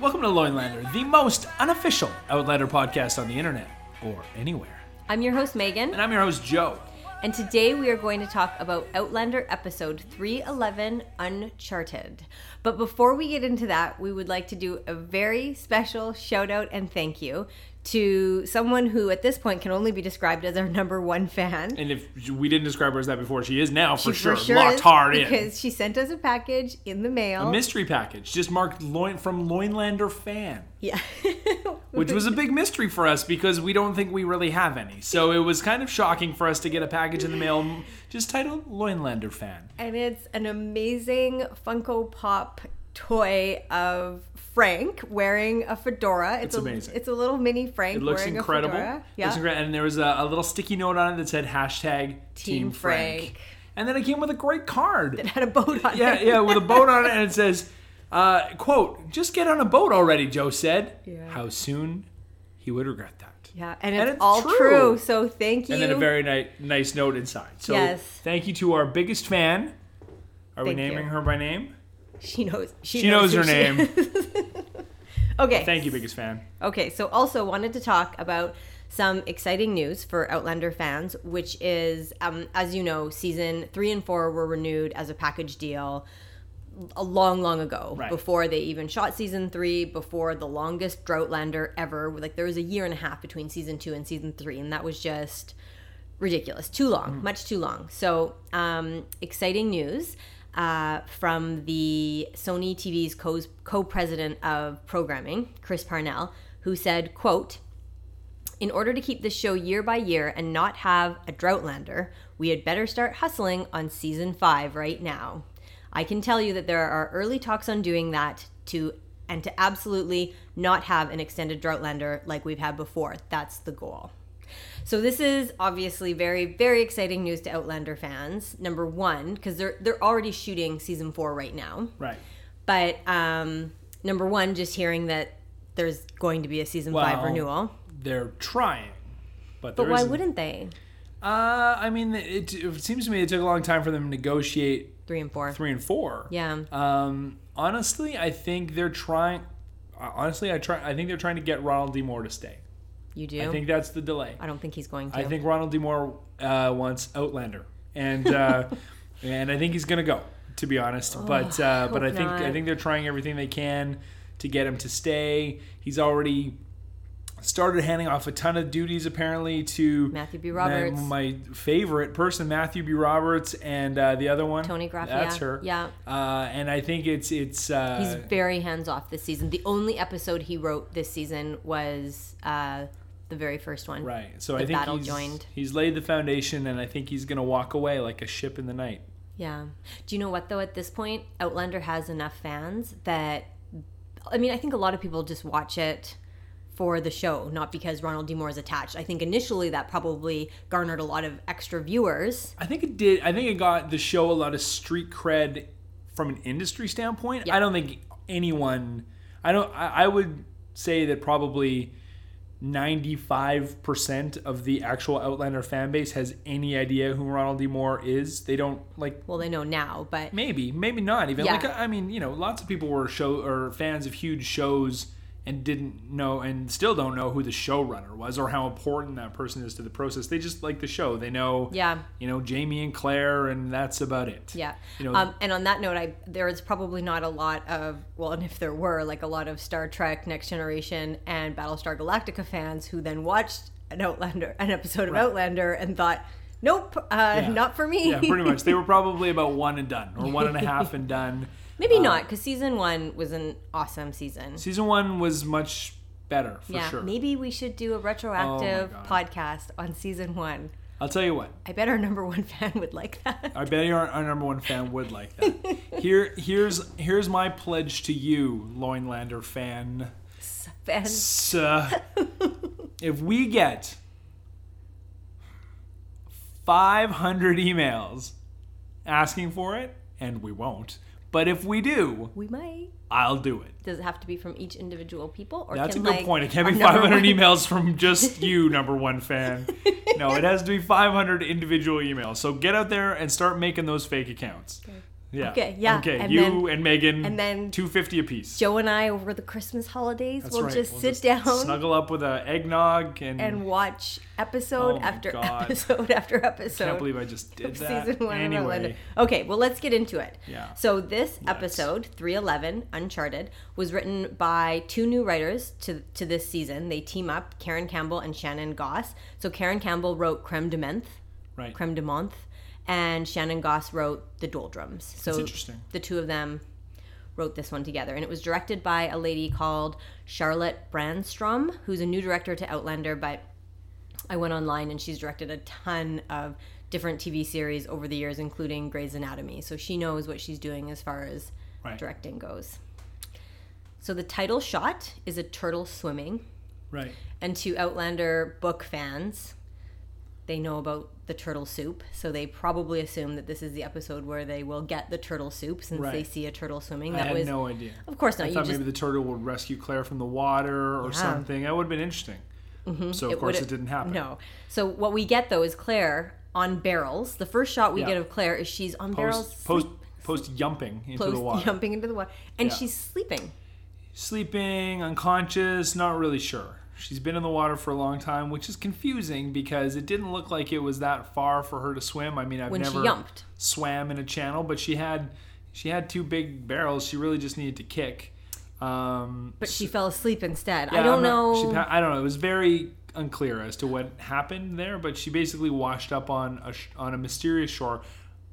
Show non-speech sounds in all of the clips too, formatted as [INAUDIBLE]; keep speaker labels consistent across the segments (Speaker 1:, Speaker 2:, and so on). Speaker 1: Welcome to Loinlander, the most unofficial Outlander podcast on the internet or anywhere.
Speaker 2: I'm your host, Megan,
Speaker 1: And I'm your host, Joe.
Speaker 2: and today we are going to talk about Outlander episode 311 Uncharted. But before we get into that, we would like to do a very special shout out and thank you to someone who at this point can only be described as our number one fan.
Speaker 1: And if we didn't describe her as that before, she is now for,
Speaker 2: She
Speaker 1: sure. Locked hard in.
Speaker 2: because she sent us a package in the mail.
Speaker 1: Mystery package, just marked Loin from Loinlander fan,
Speaker 2: yeah. [LAUGHS]
Speaker 1: which [LAUGHS] was a big mystery for us because we don't think we really have any. So it was kind of shocking for us to get a package in the mail just titled Loinlander fan.
Speaker 2: and it's an amazing Funko Pop toy of Frank wearing a fedora. It's,
Speaker 1: It's
Speaker 2: a,
Speaker 1: amazing.
Speaker 2: It's a little mini Frank.
Speaker 1: It looks
Speaker 2: wearing
Speaker 1: incredible.
Speaker 2: A fedora. Yeah.
Speaker 1: Looks incre- and there was a, a little sticky note on it that said hashtag Team,
Speaker 2: Team
Speaker 1: Frank.
Speaker 2: Frank.
Speaker 1: And then it came with a great card.
Speaker 2: It [LAUGHS] had a boat on
Speaker 1: yeah,
Speaker 2: it.
Speaker 1: yeah, with a boat on it, and it says, uh, "quote Just get on a boat already," Joe said.
Speaker 2: Yeah.
Speaker 1: How soon he would regret that.
Speaker 2: Yeah, and it's,
Speaker 1: And it's
Speaker 2: all
Speaker 1: true.
Speaker 2: true. So thank you.
Speaker 1: And then a very ni- nice note inside. So
Speaker 2: Yes.
Speaker 1: thank you to our biggest fan. Are
Speaker 2: Thank
Speaker 1: we naming
Speaker 2: you.
Speaker 1: her by name?
Speaker 2: she knows. She,
Speaker 1: She knows her
Speaker 2: who she
Speaker 1: name.
Speaker 2: is.
Speaker 1: [LAUGHS]
Speaker 2: okay.
Speaker 1: Thank you, biggest fan.
Speaker 2: Okay, so also wanted to talk about some exciting news for Outlander fans, which is, um, as you know, season three and four were renewed as a package deal a long, long ago,
Speaker 1: Right.
Speaker 2: before they even shot season three, before the longest Droughtlander ever. Like there was a year and a half between season two and season three, and that was just ridiculous. Too long, much too long. So, um, exciting news uh, from the Sony TV's co- co-president of programming, Chris Parnell, who said, "quote." In order to keep this show year by year and not have a Droughtlander, we had better start hustling on season five right now. I can tell you that there are early talks on doing that to and to absolutely not have an extended Droughtlander like we've had before. That's the goal. So this is obviously very, very exciting news to Outlander fans. Number one, because they're they're already shooting season four right now.
Speaker 1: Right.
Speaker 2: But um, number one, just hearing that there's going to be a season five
Speaker 1: Well,
Speaker 2: renewal.
Speaker 1: They're trying, but
Speaker 2: But
Speaker 1: there
Speaker 2: why
Speaker 1: isn't.
Speaker 2: wouldn't they?
Speaker 1: Uh, I mean, it, it seems to me it took a long time for them to negotiate
Speaker 2: Three and four.
Speaker 1: three and four.
Speaker 2: Yeah.
Speaker 1: Um, honestly, I think they're trying. Honestly, I try. I think they're trying to get Ronald D. Moore to stay.
Speaker 2: you do?
Speaker 1: I think that's the delay.
Speaker 2: I don't think he's going to.
Speaker 1: I think Ronald D. Moore uh, wants Outlander, and
Speaker 2: [LAUGHS]
Speaker 1: uh, and I think he's gonna go. To be honest, but uh, but I
Speaker 2: Oh, hope
Speaker 1: think I
Speaker 2: not.
Speaker 1: think they're trying everything they can to get him to stay. He's already started handing off a ton of duties apparently to
Speaker 2: Matthew B.
Speaker 1: my-
Speaker 2: Roberts.
Speaker 1: my, favorite person, Matthew B. Roberts, and uh, the other one,
Speaker 2: Tony Graff,
Speaker 1: That's
Speaker 2: yeah.
Speaker 1: her.
Speaker 2: Yeah.
Speaker 1: Uh, and I think it's it's uh,
Speaker 2: He's very hands off this season. The only episode he wrote this season was uh, the very first one.
Speaker 1: right. So
Speaker 2: the
Speaker 1: I think
Speaker 2: battle
Speaker 1: he's,
Speaker 2: joined.
Speaker 1: he's laid the foundation, and I think he's gonna walk away like a ship in the night.
Speaker 2: Yeah. Do you know what, though, at this point? Outlander has enough fans that, I mean, I think a lot of people just watch it for the show, not because Ronald D. Moore is attached. I think initially that probably garnered a lot of extra viewers.
Speaker 1: I think it did. I think it got the show a lot of street cred from an industry standpoint. I don't think anyone. I don't. I, I would say that probably ninety-five percent of the actual Outlander fan base has any idea who Ronald D. Moore is. They don't like.
Speaker 2: Well, they know now, but
Speaker 1: Maybe, maybe not even.
Speaker 2: Yeah.
Speaker 1: Like I mean, you know, lots of people were show or fans of huge shows and didn't know and still don't know who the showrunner was or how important that person is to the process. They just like the show. They know
Speaker 2: yeah.
Speaker 1: you know Jamie and Claire, and that's about it.
Speaker 2: Yeah.
Speaker 1: You know-
Speaker 2: um, and on that note, I there is probably not a lot of well, and if there were, like a lot of Star Trek, Next Generation, and Battlestar Galactica fans who then watched an Outlander, an episode of Outlander, and thought, nope, uh, not for me.
Speaker 1: yeah, pretty much.
Speaker 2: [LAUGHS]
Speaker 1: They were probably about one and done, or one and a half and done.
Speaker 2: Maybe
Speaker 1: Um,
Speaker 2: not, because season one was an awesome season.
Speaker 1: Season one was much better for
Speaker 2: yeah,
Speaker 1: sure. Oh
Speaker 2: maybe we should do a retroactive
Speaker 1: God.
Speaker 2: podcast on season one.
Speaker 1: I'll tell you what.
Speaker 2: I bet our number one [LAUGHS] fan would like that.
Speaker 1: I bet our, our number one fan would like that.
Speaker 2: [LAUGHS]
Speaker 1: Here, here's here's my pledge to you, Loinlander fan.
Speaker 2: Fan-
Speaker 1: So, if we get 500 emails asking for it, and we won't, but if we do,
Speaker 2: we might.
Speaker 1: I'll do it.
Speaker 2: Does it have to be from each individual people, or
Speaker 1: That's a
Speaker 2: can,
Speaker 1: good
Speaker 2: like,
Speaker 1: point. It can't
Speaker 2: our
Speaker 1: be
Speaker 2: number
Speaker 1: 500
Speaker 2: one-
Speaker 1: emails from
Speaker 2: [LAUGHS]
Speaker 1: just you, number one fan. No, it has to be 500 individual emails. So get out there and start making those fake accounts. Yeah.
Speaker 2: Okay, yeah,
Speaker 1: Okay.
Speaker 2: and
Speaker 1: you
Speaker 2: then-
Speaker 1: and Megan.
Speaker 2: and then-
Speaker 1: two fifty apiece.
Speaker 2: Joe and I over the Christmas holidays
Speaker 1: That's
Speaker 2: will
Speaker 1: right.
Speaker 2: just
Speaker 1: We'll
Speaker 2: sit down
Speaker 1: snuggle up with a eggnog, and,
Speaker 2: and watch episode
Speaker 1: Oh my
Speaker 2: after
Speaker 1: God.
Speaker 2: episode [LAUGHS] after episode.
Speaker 1: I can't believe I
Speaker 2: [LAUGHS]
Speaker 1: just did
Speaker 2: of
Speaker 1: that.
Speaker 2: Season one of Outlander.
Speaker 1: anyway,
Speaker 2: Okay, well, let's get into it.
Speaker 1: Yeah.
Speaker 2: So this
Speaker 1: Let's.
Speaker 2: episode, 311, Uncharted, was written by two new writers to to this season. They team up, Karen Campbell and Shannon Goss. So Karen Campbell wrote Creme de Menthe,
Speaker 1: right.
Speaker 2: Creme de Menthe, and Shannon Goss wrote The Doldrums. So
Speaker 1: interesting.
Speaker 2: the two of them wrote this one together and it was directed by a lady called Charlotte Brandstrom who's a new director to Outlander but I went online and she's directed a ton of different TV series over the years including Grey's Anatomy so she knows what she's doing as far as
Speaker 1: Right.
Speaker 2: directing goes. So the title shot is a turtle swimming
Speaker 1: Right.
Speaker 2: and to Outlander book fans they know about the turtle soup, so they probably assume that this is the episode where they will get the turtle soup since they
Speaker 1: Right.
Speaker 2: see a turtle swimming.
Speaker 1: I
Speaker 2: That
Speaker 1: had
Speaker 2: was
Speaker 1: no idea.
Speaker 2: of course not.
Speaker 1: I
Speaker 2: You
Speaker 1: thought
Speaker 2: just
Speaker 1: maybe the turtle would rescue Claire from the water or
Speaker 2: Yeah. Mm-hmm.
Speaker 1: something. That would have been interesting. So of
Speaker 2: It
Speaker 1: course
Speaker 2: would've-
Speaker 1: it didn't happen.
Speaker 2: no. So what we get though is Claire on barrels. The first shot we
Speaker 1: Yeah.
Speaker 2: get of Claire is she's on barrels,
Speaker 1: Post post post yumping into
Speaker 2: sleep-
Speaker 1: the water,
Speaker 2: jumping into the water, and
Speaker 1: Yeah.
Speaker 2: she's sleeping.
Speaker 1: sleeping, unconscious, not really sure. She's been in the water for a long time, which is confusing because it didn't look like it was that far for her to swim. I mean, I've
Speaker 2: When she
Speaker 1: never
Speaker 2: yumped.
Speaker 1: swam in a channel, but she had she had two big barrels. She really just needed to kick. Um,
Speaker 2: But she fell asleep instead. I
Speaker 1: Yeah,
Speaker 2: don't
Speaker 1: I'm
Speaker 2: know.
Speaker 1: not- she pa- I don't know. It was very unclear as to what happened there, but she basically washed up on a sh- on a mysterious shore,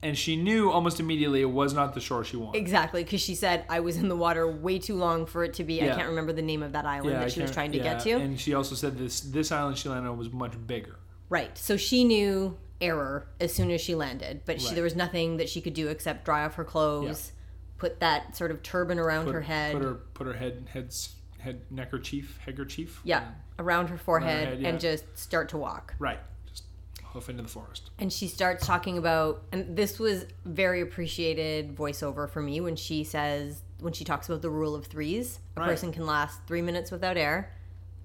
Speaker 1: and she knew almost immediately it was not the shore she wanted.
Speaker 2: Exactly, because she said I was in the water way too long for it to be. I
Speaker 1: Yeah.
Speaker 2: can't remember the name of that island
Speaker 1: Yeah, I
Speaker 2: that she was
Speaker 1: can't-
Speaker 2: trying to get to.
Speaker 1: yeah, And she also said this this island she landed on was much bigger.
Speaker 2: Right. So she knew error as soon as she landed, but she,
Speaker 1: Right.
Speaker 2: there was nothing that she could do except dry off her clothes, put that sort of turban around her head.
Speaker 1: Put her put her head heads head neckerchief handkerchief.
Speaker 2: yeah, around her forehead
Speaker 1: head,
Speaker 2: and
Speaker 1: yeah.
Speaker 2: just start to walk.
Speaker 1: Right. Just hoof into the forest.
Speaker 2: And she starts talking about, and this was very appreciated voiceover for me when she says, when she talks about the rule of threes a
Speaker 1: Right.
Speaker 2: person can last three minutes without air,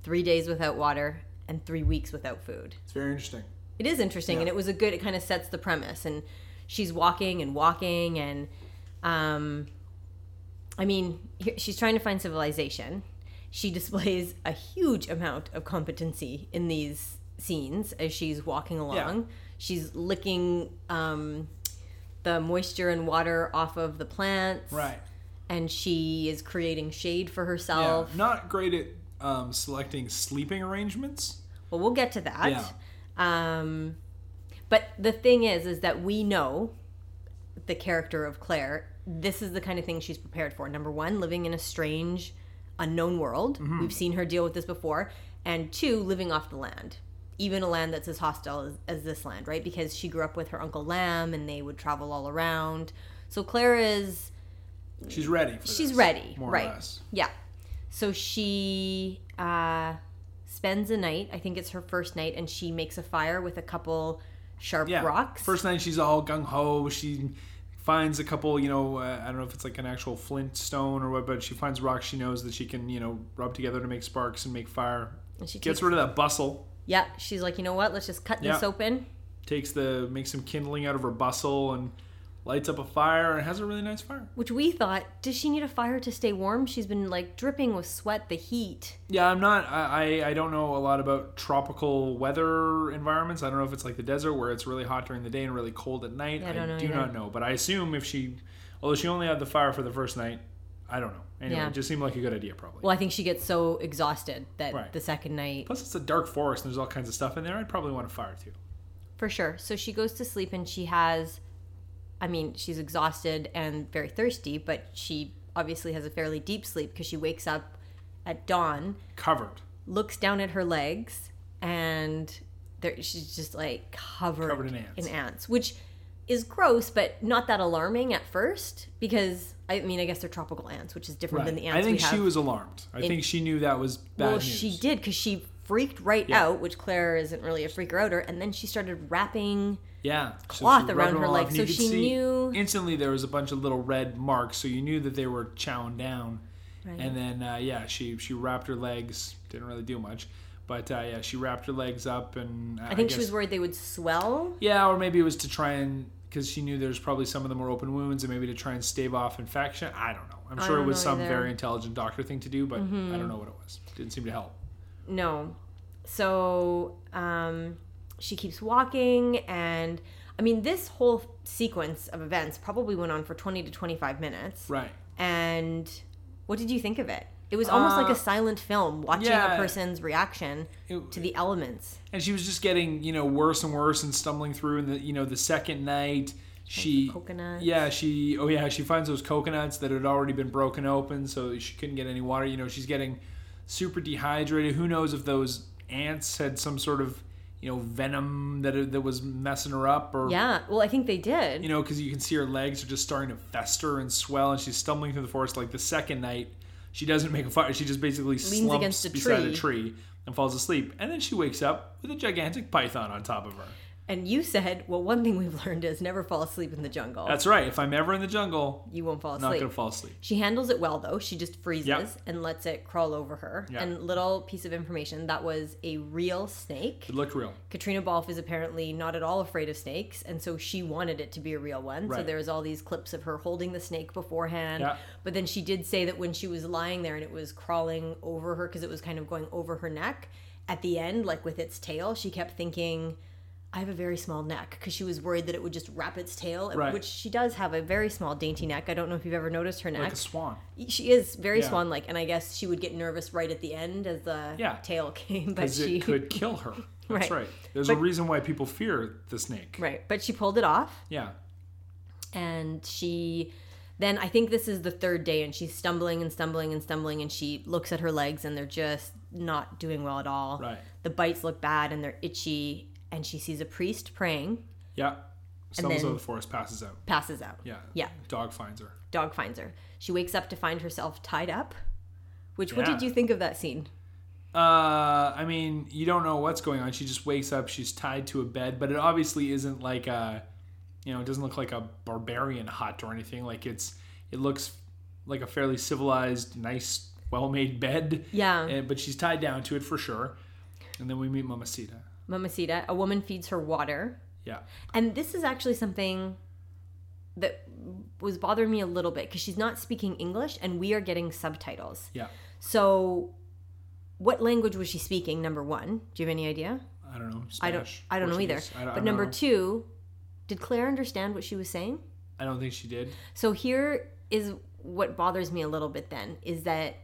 Speaker 2: three days without water, and three weeks without food.
Speaker 1: It's very interesting.
Speaker 2: it is interesting and it was a good it kind of sets the premise and she's walking and walking and um i mean he- she's trying to find civilization she [LAUGHS] displays a huge amount of competency in these scenes as she's walking along she's licking um the moisture and water off of the plants
Speaker 1: Right.
Speaker 2: and she is creating shade for
Speaker 1: Yeah.
Speaker 2: herself
Speaker 1: Not great at um, selecting sleeping arrangements.
Speaker 2: Well, we'll get to that. Um, but the thing is, is that we know the character of Claire. This is the kind of thing she's prepared for. Number one, living in a strange, unknown world. We've seen her deal with this before. And two, living off the land, even a land that's as hostile as, as this land, right? Because she grew up with her uncle Lamb, and they would travel all around. So Claire is
Speaker 1: She's ready. For
Speaker 2: she's
Speaker 1: this,
Speaker 2: ready,
Speaker 1: More
Speaker 2: right?
Speaker 1: or less.
Speaker 2: Yeah. So she uh, spends a night. I think it's her first night, and she makes a fire with a couple sharp
Speaker 1: yeah.
Speaker 2: rocks.
Speaker 1: First night, she's all gung ho. She finds a couple, you know, uh, I don't know if it's like an actual flint stone or what, but she finds rocks she knows that she can, you know, rub together to make sparks and make fire.
Speaker 2: and she
Speaker 1: Gets
Speaker 2: takes,
Speaker 1: rid of that bustle.
Speaker 2: yeah, she's like, you know what? Let's just cut this
Speaker 1: Yeah.
Speaker 2: open.
Speaker 1: Takes the makes some kindling out of her bustle and lights up a fire and has a really nice fire.
Speaker 2: Which we thought, does she need a fire to stay warm? She's been like dripping with sweat, the heat.
Speaker 1: Yeah, I'm not. I I I don't know a lot about tropical weather environments. I don't know if it's like the desert where it's really hot during the day and really cold at night.
Speaker 2: Yeah, I don't know
Speaker 1: do
Speaker 2: either.
Speaker 1: not know, but I assume if she, although she only had the fire for the first night, I don't know. Anyway,
Speaker 2: Yeah.
Speaker 1: it just seemed like a good idea probably.
Speaker 2: Well, I think she gets so exhausted that
Speaker 1: Right.
Speaker 2: the second night,
Speaker 1: Plus, it's a dark forest and there's all kinds of stuff in there. I'd probably want a fire too.
Speaker 2: for sure. So she goes to sleep, and she has, I mean, she's exhausted and very thirsty, but she obviously has a fairly deep sleep because she wakes up at dawn
Speaker 1: Covered,
Speaker 2: looks down at her legs and there, she's just like covered,
Speaker 1: Covered in ants.
Speaker 2: which is gross, but not that alarming at first because I mean, I guess they're tropical ants, which is different than the ants
Speaker 1: I think
Speaker 2: we have.
Speaker 1: she was alarmed. I think she knew that was bad
Speaker 2: well,
Speaker 1: news.
Speaker 2: she did because she freaked right out, which Claire isn't really a freaker outer, and then she started wrapping.
Speaker 1: yeah, So
Speaker 2: cloth
Speaker 1: she
Speaker 2: around
Speaker 1: rubbed them
Speaker 2: her
Speaker 1: all
Speaker 2: leg,
Speaker 1: off and
Speaker 2: so
Speaker 1: you could
Speaker 2: she
Speaker 1: see
Speaker 2: knew-
Speaker 1: instantly there was a bunch of little red marks, so you knew that they were chowing down.
Speaker 2: Right.
Speaker 1: And then uh, yeah, she she wrapped her legs. Didn't really do much, But uh, yeah, she wrapped her legs up, and uh,
Speaker 2: I think she
Speaker 1: guess-
Speaker 2: was worried they would swell.
Speaker 1: Yeah, or maybe it was to try and because she knew there's probably some of them were open wounds, and maybe to try and stave off infection. I don't know. I'm
Speaker 2: I
Speaker 1: sure it
Speaker 2: don't
Speaker 1: was
Speaker 2: know
Speaker 1: some
Speaker 2: either. Mm-hmm.
Speaker 1: very intelligent doctor thing to do, but I don't know what it was. Didn't seem to help.
Speaker 2: No. So um, she keeps walking, and I mean, this whole sequence of events probably went on for 20 to 25 minutes.
Speaker 1: Right.
Speaker 2: And what did you think of it? It was almost like
Speaker 1: Uh,
Speaker 2: a silent film, watching
Speaker 1: yeah.
Speaker 2: a person's reaction
Speaker 1: It-
Speaker 2: to the elements.
Speaker 1: and she was just getting you know worse and worse and stumbling through and the you know the second night she
Speaker 2: the coconuts.
Speaker 1: yeah she oh yeah she finds those coconuts that had already been broken open so she couldn't get any water you know she's getting super dehydrated who knows if those ants had some sort of you know venom that that was messing her up or
Speaker 2: Yeah, well, I think they did.
Speaker 1: you know, because you can see her legs are just starting to fester and swell, and she's stumbling through the forest. Like the second night, she doesn't make a fire; she just basically slumps
Speaker 2: against a
Speaker 1: beside a
Speaker 2: tree.
Speaker 1: tree and falls asleep. And then she wakes up with a gigantic python on top of her.
Speaker 2: And you said, well, one thing we've learned is never fall asleep in the jungle.
Speaker 1: That's right. If I'm ever in the jungle,
Speaker 2: you won't fall
Speaker 1: I'm not
Speaker 2: asleep.
Speaker 1: gonna fall asleep.
Speaker 2: She handles it well though. She just freezes
Speaker 1: Yep.
Speaker 2: and lets it crawl over her.
Speaker 1: Yeah.
Speaker 2: And little piece of information that was a real snake.
Speaker 1: It looked real.
Speaker 2: Katrina Balfe is apparently not at all afraid of snakes, and so she wanted it to be a real one. So
Speaker 1: Right.
Speaker 2: there was all these clips of her holding the snake beforehand.
Speaker 1: Yeah.
Speaker 2: But then she did say that when she was lying there and it was crawling over her because it was kind of going over her neck, at the end, like with its tail, she kept thinking, "I have a very small neck," because she was worried that it would just wrap its tail,
Speaker 1: Right.
Speaker 2: which she does have a very small, dainty neck. I don't know if you've ever noticed her neck.
Speaker 1: Like a swan.
Speaker 2: She is very
Speaker 1: Yeah.
Speaker 2: swan like, and I guess she would get nervous right at the end as the
Speaker 1: Yeah.
Speaker 2: tail [LAUGHS] came. But
Speaker 1: Because
Speaker 2: she
Speaker 1: it could kill her. That's
Speaker 2: Right.
Speaker 1: right. There's a reason why people fear the snake.
Speaker 2: [LAUGHS] right, but she pulled it off,
Speaker 1: Yeah.
Speaker 2: and she then I think this is the third day, and she's stumbling and stumbling and stumbling, and she looks at her legs, and they're just not doing well at all.
Speaker 1: Right.
Speaker 2: The bites look bad, and they're itchy, and she sees a priest praying,
Speaker 1: Yeah. Stumbles
Speaker 2: then-
Speaker 1: over the forest, passes out.
Speaker 2: passes out.
Speaker 1: Yeah.
Speaker 2: Yeah.
Speaker 1: Dog finds her.
Speaker 2: Dog finds her. She wakes up to find herself tied up. Which what
Speaker 1: Yeah.
Speaker 2: did you think of that scene?
Speaker 1: Uh, I mean, you don't know what's going on. She just wakes up. She's tied to a bed, but it obviously isn't like a, you know, it doesn't look like a barbarian hut or anything. Like it's, it looks like a fairly civilized, nice, well-made bed.
Speaker 2: Yeah.
Speaker 1: And, but she's tied down to it for sure. And then we meet Mamacita.
Speaker 2: Mamacita, a woman feeds her water.
Speaker 1: Yeah.
Speaker 2: And this is actually something that was bothering me a little bit because she's not speaking English and we are getting subtitles.
Speaker 1: Yeah.
Speaker 2: So, what language was she speaking? Number one, do you have any idea?
Speaker 1: I don't know.
Speaker 2: I don't.
Speaker 1: Spanish,
Speaker 2: I don't know either.
Speaker 1: Portuguese. I don't- I
Speaker 2: but
Speaker 1: don't
Speaker 2: number
Speaker 1: know.
Speaker 2: two, did Claire understand what she was saying?
Speaker 1: I don't think she did.
Speaker 2: So here is what bothers me a little bit. Then is that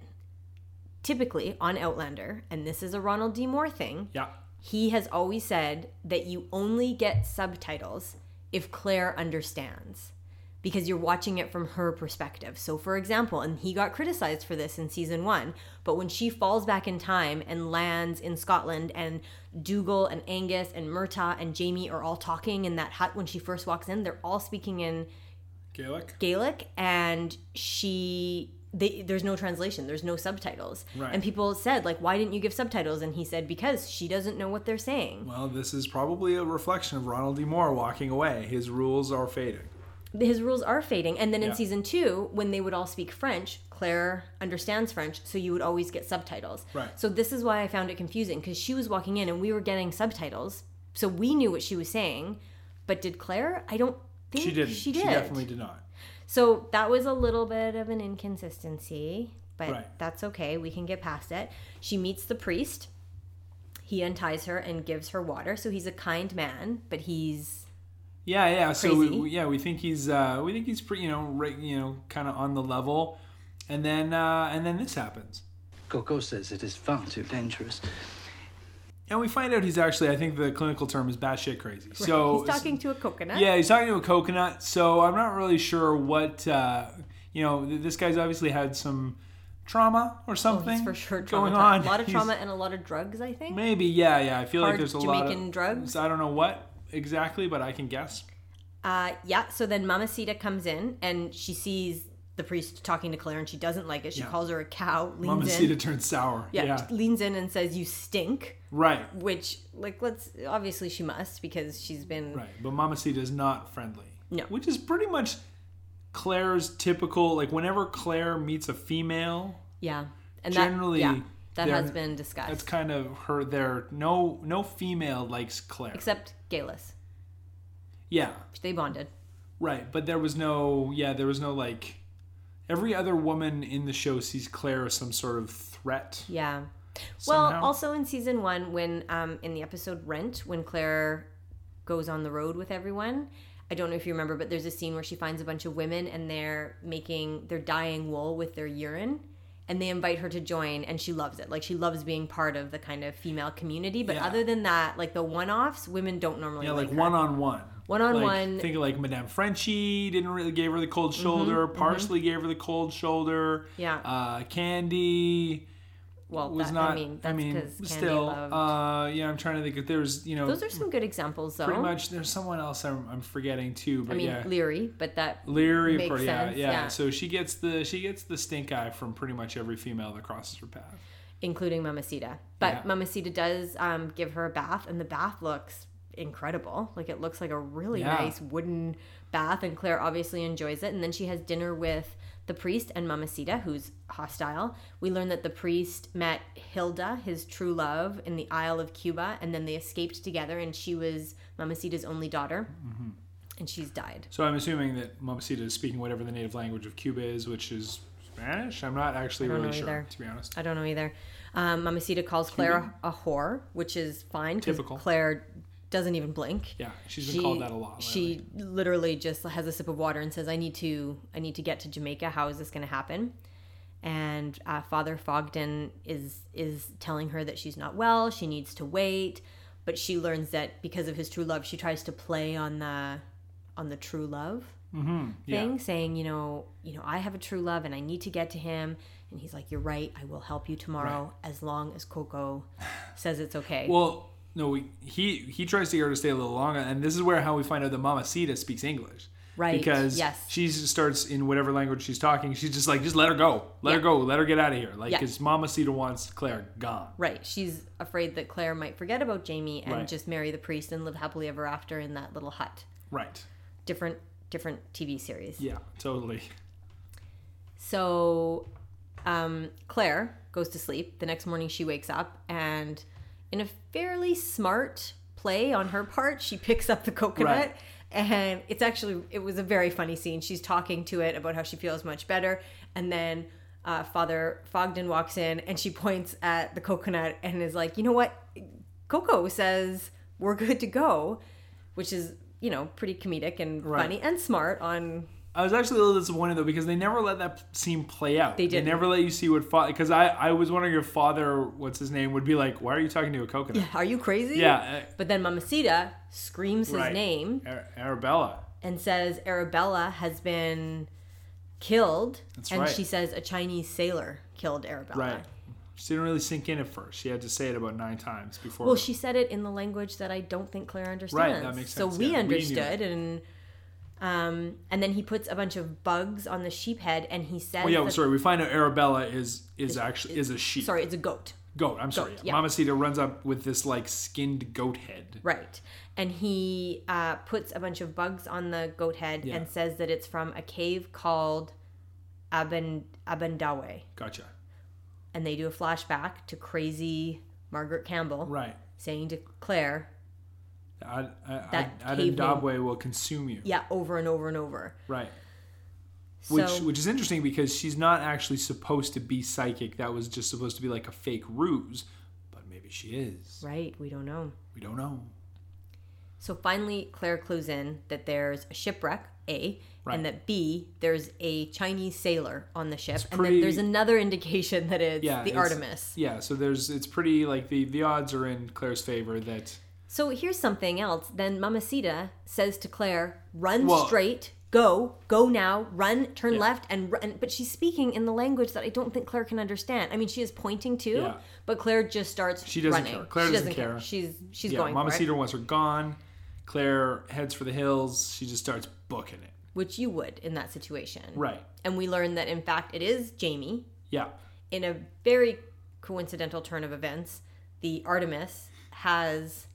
Speaker 2: typically on Outlander, and this is a Ronald D. Moore thing
Speaker 1: Yeah.
Speaker 2: he has always said that you only get subtitles if Claire understands because you're watching it from her perspective. So, for example, and he got criticized for this in season one, but when she falls back in time and lands in Scotland, and Dougal and Angus and Murtaugh and Jamie are all talking in that hut when she first walks in, they're all speaking in
Speaker 1: Gaelic.
Speaker 2: Gaelic and she they, there's no translation there's no subtitles
Speaker 1: Right.
Speaker 2: and people said like why didn't you give subtitles and he said because she doesn't know what they're saying
Speaker 1: Well, this is probably a reflection of Ronald D. Moore walking away. His rules are fading.
Speaker 2: his rules are fading and then in
Speaker 1: Yeah.
Speaker 2: season two when they would all speak french claire understands french so you would always get subtitles
Speaker 1: Right.
Speaker 2: so this is why i found it confusing because she was walking in and we were getting subtitles so we knew what she was saying but did claire i don't think
Speaker 1: She didn't.
Speaker 2: she did
Speaker 1: She definitely did not.
Speaker 2: So that was a little bit of an inconsistency, but
Speaker 1: Right.
Speaker 2: that's okay. We can get past it. She meets the priest. He unties her and gives her water. So he's a kind man, but he's
Speaker 1: Yeah, yeah. So we,
Speaker 2: Crazy.
Speaker 1: we- yeah, we think he's uh, we think he's pretty, you know, right, you know, kind of on the level, and then uh, and then this happens,
Speaker 3: Coco says it is far too dangerous.
Speaker 1: and we find out he's actually I think the clinical term is batshit crazy. So
Speaker 2: [LAUGHS] he's talking to a coconut.
Speaker 1: Yeah, he's talking to a coconut. So I'm not really sure what uh, you know. th- This guy's obviously had some trauma or something
Speaker 2: Oh, He's for sure
Speaker 1: going
Speaker 2: traumatized.
Speaker 1: on.
Speaker 2: A lot of
Speaker 1: He's-
Speaker 2: trauma and a lot of drugs, I think.
Speaker 1: Maybe yeah, yeah. I feel like
Speaker 2: Hard
Speaker 1: there's a lot
Speaker 2: Jamaican
Speaker 1: of
Speaker 2: drugs?
Speaker 1: I don't know what exactly, but I can guess.
Speaker 2: Uh, yeah. So then Mamacita comes in and she sees the priest talking to Claire and she doesn't like it. She
Speaker 1: Yeah.
Speaker 2: calls her a cow, leans in.
Speaker 1: Mamacita turns sour.
Speaker 2: yeah,
Speaker 1: yeah.
Speaker 2: leans in and says, "You stink."
Speaker 1: Right.
Speaker 2: Which, like, let's obviously she must because she's been
Speaker 1: Right, but Mamacita is not friendly.
Speaker 2: No.
Speaker 1: Which is pretty much Claire's typical, like whenever Claire meets a female,
Speaker 2: Yeah. And
Speaker 1: Generally-
Speaker 2: that, yeah. That
Speaker 1: They're-
Speaker 2: has been discussed.
Speaker 1: That's kind of her there. No no female likes Claire.
Speaker 2: Except Galus.
Speaker 1: yeah.
Speaker 2: They bonded.
Speaker 1: Right, but there was no yeah, there was no like every other woman in the show sees Claire as some sort of threat.
Speaker 2: Yeah.
Speaker 1: Somehow.
Speaker 2: Well, also in season one, when um, in the episode Rent, when Claire goes on the road with everyone, I don't know if you remember, but there's a scene where she finds a bunch of women and they're making, they're dyeing wool with their urine. And they invite her to join, and she loves it. Like she loves being part of the kind of female community. But
Speaker 1: Yeah.
Speaker 2: other than that, like the one-offs, women don't normally.
Speaker 1: Yeah, like
Speaker 2: her.
Speaker 1: one on one.
Speaker 2: One-on-one. Mm-hmm,
Speaker 1: Think of like Madame Frenchie didn't really gave her the cold shoulder. Parsley gave her the cold shoulder.
Speaker 2: Yeah.
Speaker 1: Uh, Candy
Speaker 2: Well,
Speaker 1: was
Speaker 2: that,
Speaker 1: not.
Speaker 2: I mean, that's because Candy
Speaker 1: still.
Speaker 2: loved.
Speaker 1: Uh, yeah, I'm trying to think if there's you know
Speaker 2: Those are some good examples, though.
Speaker 1: pretty much there's someone else I'm, I'm forgetting too. But
Speaker 2: I mean,
Speaker 1: yeah,
Speaker 2: Leary, but that
Speaker 1: Leary,
Speaker 2: Makes
Speaker 1: pro- yeah,
Speaker 2: sense,
Speaker 1: yeah,
Speaker 2: yeah.
Speaker 1: So she gets the she gets the stink eye from pretty much every female that crosses her path.
Speaker 2: including Mamacita. But
Speaker 1: Yeah.
Speaker 2: Mamacita does um, give her a bath, and the bath looks incredible. Like it looks like a really
Speaker 1: Yeah.
Speaker 2: nice wooden bath, and Claire obviously enjoys it. And then she has dinner with the priest and Mamacita, who's hostile. We learn that the priest met Hilda, his true love, in the Isle of Cuba, and then they escaped together, and she was Mamacita's only daughter,
Speaker 1: Mm-hmm.
Speaker 2: and she's died.
Speaker 1: So I'm assuming that Mamacita is speaking whatever the native language of Cuba is, which is Spanish. I'm not actually
Speaker 2: I don't
Speaker 1: really
Speaker 2: know
Speaker 1: sure
Speaker 2: either.
Speaker 1: to be honest.
Speaker 2: I don't know either. Um, Mamacita calls Claire a whore, which is fine because
Speaker 1: Typical.
Speaker 2: Claire doesn't even blink.
Speaker 1: Yeah, she's been called that a lot. lately.
Speaker 2: She literally just has a sip of water and says, "I need to, I need to get to Jamaica. How is this going to happen?" And uh, Father Fogden is is telling her that she's not well. She needs to wait, but she learns that because of his true love, she tries to play on the on the true love
Speaker 1: Mm-hmm. yeah.
Speaker 2: thing, saying, "You know, you know, I have a true love, and I need to get to him." And he's like, "You're right. I will help you tomorrow, as long as Coco says it's okay."
Speaker 1: Well, no, we, he he tries to get her to stay a little longer, and this is where how we find out that Mamacita speaks English.
Speaker 2: Right,
Speaker 1: Because
Speaker 2: yes.
Speaker 1: she just starts in whatever language she's talking. She's just like, just let her go, let her
Speaker 2: Yeah.
Speaker 1: go, let her get out of here. Like,
Speaker 2: Yeah.
Speaker 1: because Mamacita wants Claire gone.
Speaker 2: Right. She's afraid that Claire might forget about Jamie and
Speaker 1: Right.
Speaker 2: just marry the priest and live happily ever after in that little hut.
Speaker 1: Right.
Speaker 2: Different different TV series.
Speaker 1: Yeah. Totally.
Speaker 2: So um, Claire goes to sleep. The next morning she wakes up and in a fairly smart play on her part, she [LAUGHS] picks up the coconut.
Speaker 1: Right.
Speaker 2: And it's actually it was a very funny scene. She's talking to it about how she feels much better, and then uh, Father Fogden walks in and she [LAUGHS] points at the coconut and is like, "You know what? Coco says we're good to go," which is you know pretty comedic and
Speaker 1: Right.
Speaker 2: funny and smart on
Speaker 1: I was actually a little disappointed though because they never let that scene play out. They
Speaker 2: didn't.
Speaker 1: They never let you see what father. Because I I was wondering if father, what's his name, would be like, why are you talking to a coconut?
Speaker 2: Are you crazy?
Speaker 1: Yeah, uh,
Speaker 2: But then Mamacita screams his
Speaker 1: right.
Speaker 2: name
Speaker 1: uh, Ar- Arabella.
Speaker 2: and says Arabella has been killed.
Speaker 1: That's
Speaker 2: and
Speaker 1: right.
Speaker 2: she says a Chinese sailor killed Arabella.
Speaker 1: Right. She didn't really sink in at first. She had to say it about nine times before.
Speaker 2: Well, she said it in the language that I don't think Claire understands.
Speaker 1: makes
Speaker 2: So
Speaker 1: sense,
Speaker 2: we
Speaker 1: yeah. We knew
Speaker 2: understood and um, and then he puts a bunch of bugs on the sheep head and he says
Speaker 1: Well, Oh, yeah,
Speaker 2: that-
Speaker 1: sorry. We find out Arabella is is actually is a sheep.
Speaker 2: sorry, it's a goat.
Speaker 1: goat. I'm sorry.
Speaker 2: Goat,
Speaker 1: yeah.
Speaker 2: yeah.
Speaker 1: Mamacita runs up with this like skinned goat head.
Speaker 2: Right. And he uh, puts a bunch of bugs on the goat head
Speaker 1: Yeah.
Speaker 2: and says that it's from a cave called Aben- Abendawe.
Speaker 1: Gotcha.
Speaker 2: And they do a flashback to crazy Margaret Campbell
Speaker 1: Right.
Speaker 2: saying to Claire,
Speaker 1: Ad, Ad,
Speaker 2: That
Speaker 1: Ad-
Speaker 2: caveman-
Speaker 1: Adamdabwe will consume you.
Speaker 2: yeah, over and over and over.
Speaker 1: Right.
Speaker 2: So,
Speaker 1: Which which is interesting because she's not actually supposed to be psychic. That was just supposed to be like a fake ruse. But maybe she is.
Speaker 2: right, we don't know.
Speaker 1: We don't know.
Speaker 2: So finally, Claire clues in that there's a shipwreck, A,
Speaker 1: Right.
Speaker 2: and that B, there's a Chinese sailor on the ship. And
Speaker 1: pretty-
Speaker 2: then there's another indication that it's
Speaker 1: Yeah.
Speaker 2: the
Speaker 1: it's-
Speaker 2: Artemis.
Speaker 1: Yeah. So there's it's pretty like the the odds are in Claire's favor that
Speaker 2: So here's something else. Then Mamacita says to Claire, "Run
Speaker 1: Well-
Speaker 2: straight, go, go now, run, turn
Speaker 1: Yeah.
Speaker 2: left, and run." But she's speaking in the language that I don't think Claire can understand. I mean, she is pointing to,
Speaker 1: Yeah.
Speaker 2: but Claire just starts.
Speaker 1: She doesn't
Speaker 2: running.
Speaker 1: care. Claire
Speaker 2: she
Speaker 1: doesn't
Speaker 2: doesn't,
Speaker 1: care.
Speaker 2: care. She's she's
Speaker 1: yeah,
Speaker 2: going
Speaker 1: Mama
Speaker 2: for it,
Speaker 1: Cedar wants her gone. Claire heads for the hills. She just starts booking it.
Speaker 2: which you would in that situation,
Speaker 1: Right.
Speaker 2: And we learn that in fact it is Jamie.
Speaker 1: Yeah.
Speaker 2: In a very coincidental turn of events, the Artemis has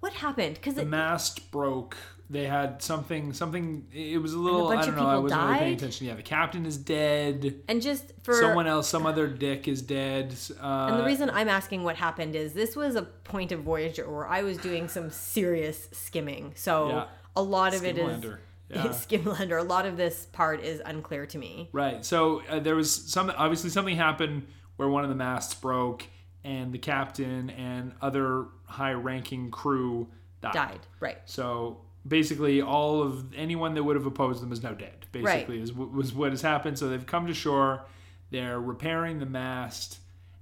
Speaker 2: what happened? Because
Speaker 1: The mast broke They had something, something. It was a little.
Speaker 2: bunch
Speaker 1: I don't
Speaker 2: of
Speaker 1: know. I
Speaker 2: people
Speaker 1: wasn't really paying
Speaker 2: died?
Speaker 1: attention. Yeah, the captain is dead.
Speaker 2: And just for
Speaker 1: Someone else, some other dick is dead. Uh,
Speaker 2: And the reason I'm asking what happened is this was a point of Voyager where I was doing some serious skimming. So
Speaker 1: Yeah.
Speaker 2: a lot of it is [LAUGHS]
Speaker 1: Skimlander. Yeah.
Speaker 2: skimlander. A lot of this part is unclear to me.
Speaker 1: Right. So uh, there was some obviously something happened where one of the masts broke and the captain and other high-ranking crew died.
Speaker 2: Died. Right.
Speaker 1: So basically all of anyone that would have opposed them is now dead. Basically is what was what has happened. So they've come to shore, they're repairing the mast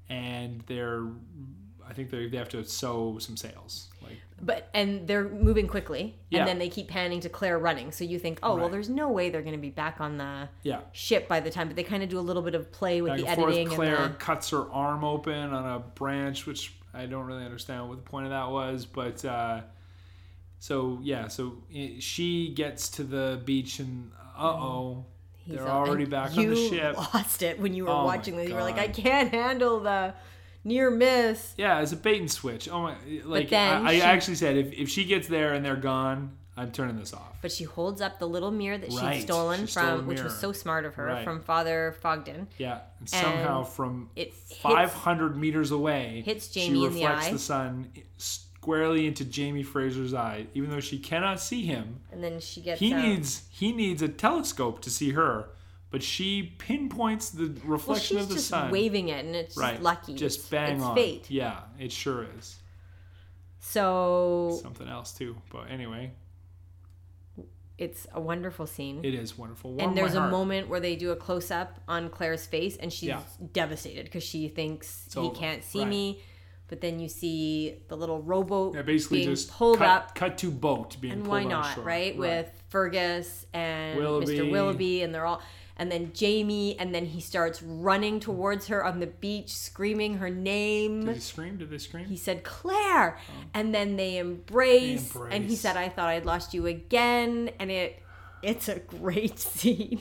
Speaker 1: and they're I think they they have to sew some sails. Like
Speaker 2: But and they're moving quickly.
Speaker 1: Yeah.
Speaker 2: And then they keep panning to Claire running. So you think, oh well
Speaker 1: Right.
Speaker 2: there's no way they're gonna be back on the
Speaker 1: yeah.
Speaker 2: ship by the time, but they kinda do a little bit of play with
Speaker 1: Back
Speaker 2: the
Speaker 1: and forth,
Speaker 2: editing
Speaker 1: Claire
Speaker 2: and the
Speaker 1: cuts her arm open on a branch, which I don't really understand what the point of that was. But uh, so yeah, so i she gets to the beach and uh oh,
Speaker 2: He's
Speaker 1: they're
Speaker 2: all-
Speaker 1: already
Speaker 2: and
Speaker 1: back on the
Speaker 2: you
Speaker 1: ship.
Speaker 2: lost it when you were
Speaker 1: Oh my
Speaker 2: watching this. You were like,
Speaker 1: God.
Speaker 2: I can't handle the near miss.
Speaker 1: Yeah, it's a bait and switch. Oh my! Like
Speaker 2: then
Speaker 1: I, I
Speaker 2: she-
Speaker 1: actually said, if if she gets there and they're gone, I'm turning this off.
Speaker 2: But she holds up the little mirror that
Speaker 1: Right.
Speaker 2: she'd stolen
Speaker 1: She stole
Speaker 2: from,
Speaker 1: a
Speaker 2: which was
Speaker 1: mirror.
Speaker 2: so smart of her,
Speaker 1: Right.
Speaker 2: from Father Fogden.
Speaker 1: Yeah, and somehow
Speaker 2: And
Speaker 1: from
Speaker 2: it hits-
Speaker 1: 500 meters away,
Speaker 2: hits
Speaker 1: she
Speaker 2: Jamie in the
Speaker 1: reflects
Speaker 2: eye.
Speaker 1: the sun squarely into Jamie Fraser's eye, even though she cannot see him.
Speaker 2: And then she gets uh,
Speaker 1: He
Speaker 2: out.
Speaker 1: needs he needs a telescope to see her, but she pinpoints the
Speaker 2: well,
Speaker 1: reflection
Speaker 2: she's
Speaker 1: of the
Speaker 2: just
Speaker 1: sun.
Speaker 2: waving it, and it's
Speaker 1: right,
Speaker 2: just lucky.
Speaker 1: just
Speaker 2: it's,
Speaker 1: bang
Speaker 2: it's
Speaker 1: on.
Speaker 2: fate.
Speaker 1: Yeah, it sure is.
Speaker 2: So
Speaker 1: Something else too, but anyway,
Speaker 2: it's a wonderful scene.
Speaker 1: it is wonderful. Warm
Speaker 2: and there's
Speaker 1: my
Speaker 2: a
Speaker 1: heart.
Speaker 2: moment where they do a close up on Claire's face, and she's
Speaker 1: Yeah.
Speaker 2: devastated because she thinks he
Speaker 1: over.
Speaker 2: can't see
Speaker 1: Right.
Speaker 2: me. But then you see the little rowboat
Speaker 1: Yeah, basically
Speaker 2: being
Speaker 1: just
Speaker 2: pulled
Speaker 1: cut,
Speaker 2: up
Speaker 1: cut to boat being
Speaker 2: and
Speaker 1: pulled
Speaker 2: why
Speaker 1: on
Speaker 2: not
Speaker 1: shore.
Speaker 2: right? with fergus and
Speaker 1: Willoughby.
Speaker 2: mr willoughby and they're all and then jamie and then he starts running towards her on the beach screaming her
Speaker 1: did
Speaker 2: name
Speaker 1: they scream? Did they scream?
Speaker 2: he said claire and then they embrace,
Speaker 1: They
Speaker 2: and he
Speaker 1: embrace.
Speaker 2: said i thought i'd lost you again and it it's a great [LAUGHS] scene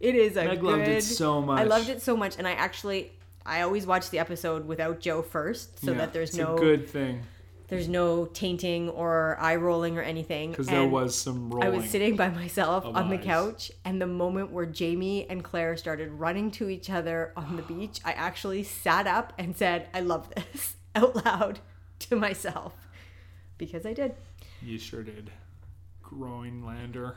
Speaker 2: it is a
Speaker 1: Meg
Speaker 2: good,
Speaker 1: loved it so
Speaker 2: i
Speaker 1: much.
Speaker 2: loved it so much and i actually i always watch the episode without joe first so
Speaker 1: Yeah,
Speaker 2: that there's
Speaker 1: it's
Speaker 2: no
Speaker 1: a good thing
Speaker 2: there's no tainting or eye rolling or anything
Speaker 1: because there
Speaker 2: And-
Speaker 1: was some
Speaker 2: I
Speaker 1: rolling.
Speaker 2: was sitting by myself on the
Speaker 1: eyes.
Speaker 2: couch, and the moment where Jamie and Claire started running to each other on the beach, I actually sat up and said, I love this [LAUGHS] out loud to myself because I did.
Speaker 1: You sure did, Groenlander.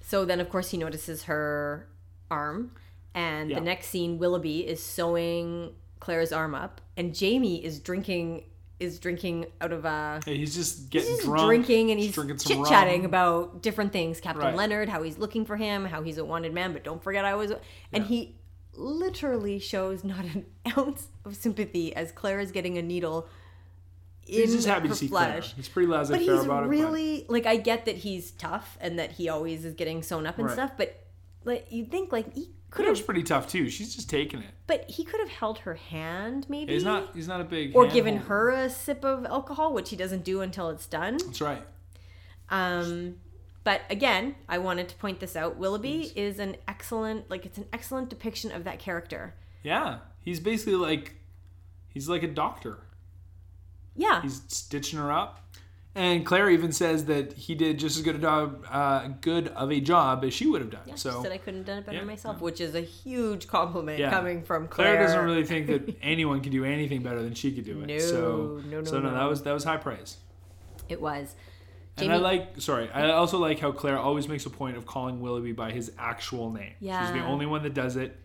Speaker 2: So then, of course, he notices her arm, and
Speaker 1: Yeah.
Speaker 2: the next scene, Willoughby is sewing Claire's arm up, and Jamie is drinking. Is drinking out of a
Speaker 1: Yeah, he's just getting
Speaker 2: he's
Speaker 1: drunk,
Speaker 2: drinking and
Speaker 1: just
Speaker 2: he's
Speaker 1: drinking some
Speaker 2: chit chatting
Speaker 1: rum.
Speaker 2: about different things. Captain
Speaker 1: Right.
Speaker 2: Leonard, how he's looking for him, how he's a wanted man, but don't forget I was. And he literally shows not an [LAUGHS] ounce of sympathy as Claire is getting a needle in
Speaker 1: He's just happy to
Speaker 2: her
Speaker 1: see Claire.
Speaker 2: flesh.
Speaker 1: He's pretty laissez
Speaker 2: But
Speaker 1: faire
Speaker 2: he's
Speaker 1: about it.
Speaker 2: really like I get that he's tough and that he always is getting sewn up and
Speaker 1: Right.
Speaker 2: stuff, but like you think like he
Speaker 1: But
Speaker 2: could
Speaker 1: Claire's
Speaker 2: have,
Speaker 1: pretty tough too. She's just taking it.
Speaker 2: but he could have held her hand maybe,
Speaker 1: He's not. He's not a big.
Speaker 2: or
Speaker 1: hand
Speaker 2: given
Speaker 1: holder.
Speaker 2: her a sip of alcohol, which he doesn't do until it's done.
Speaker 1: That's right.
Speaker 2: Um, but again, I wanted to point this out. Willoughby is an excellent, like it's an excellent depiction of that character.
Speaker 1: Yeah, he's basically like, he's like a doctor.
Speaker 2: Yeah,
Speaker 1: He's stitching her up, and Claire even says that he did just as good a job, uh, good of a job as she would have done.
Speaker 2: yeah.
Speaker 1: so
Speaker 2: she said I couldn't have done it better
Speaker 1: yeah,
Speaker 2: myself, which is a huge compliment
Speaker 1: Yeah.
Speaker 2: coming from
Speaker 1: Claire,
Speaker 2: Claire.
Speaker 1: doesn't really think
Speaker 2: [LAUGHS]
Speaker 1: that anyone can do anything better than she could do it.
Speaker 2: No,
Speaker 1: so,
Speaker 2: no, no,
Speaker 1: so no,
Speaker 2: no.
Speaker 1: that was that was high praise.
Speaker 2: It was.
Speaker 1: And I like, sorry, I also like how Claire always makes a point of calling Willoughby by his actual name. she's the
Speaker 2: Yeah.
Speaker 1: only one that does it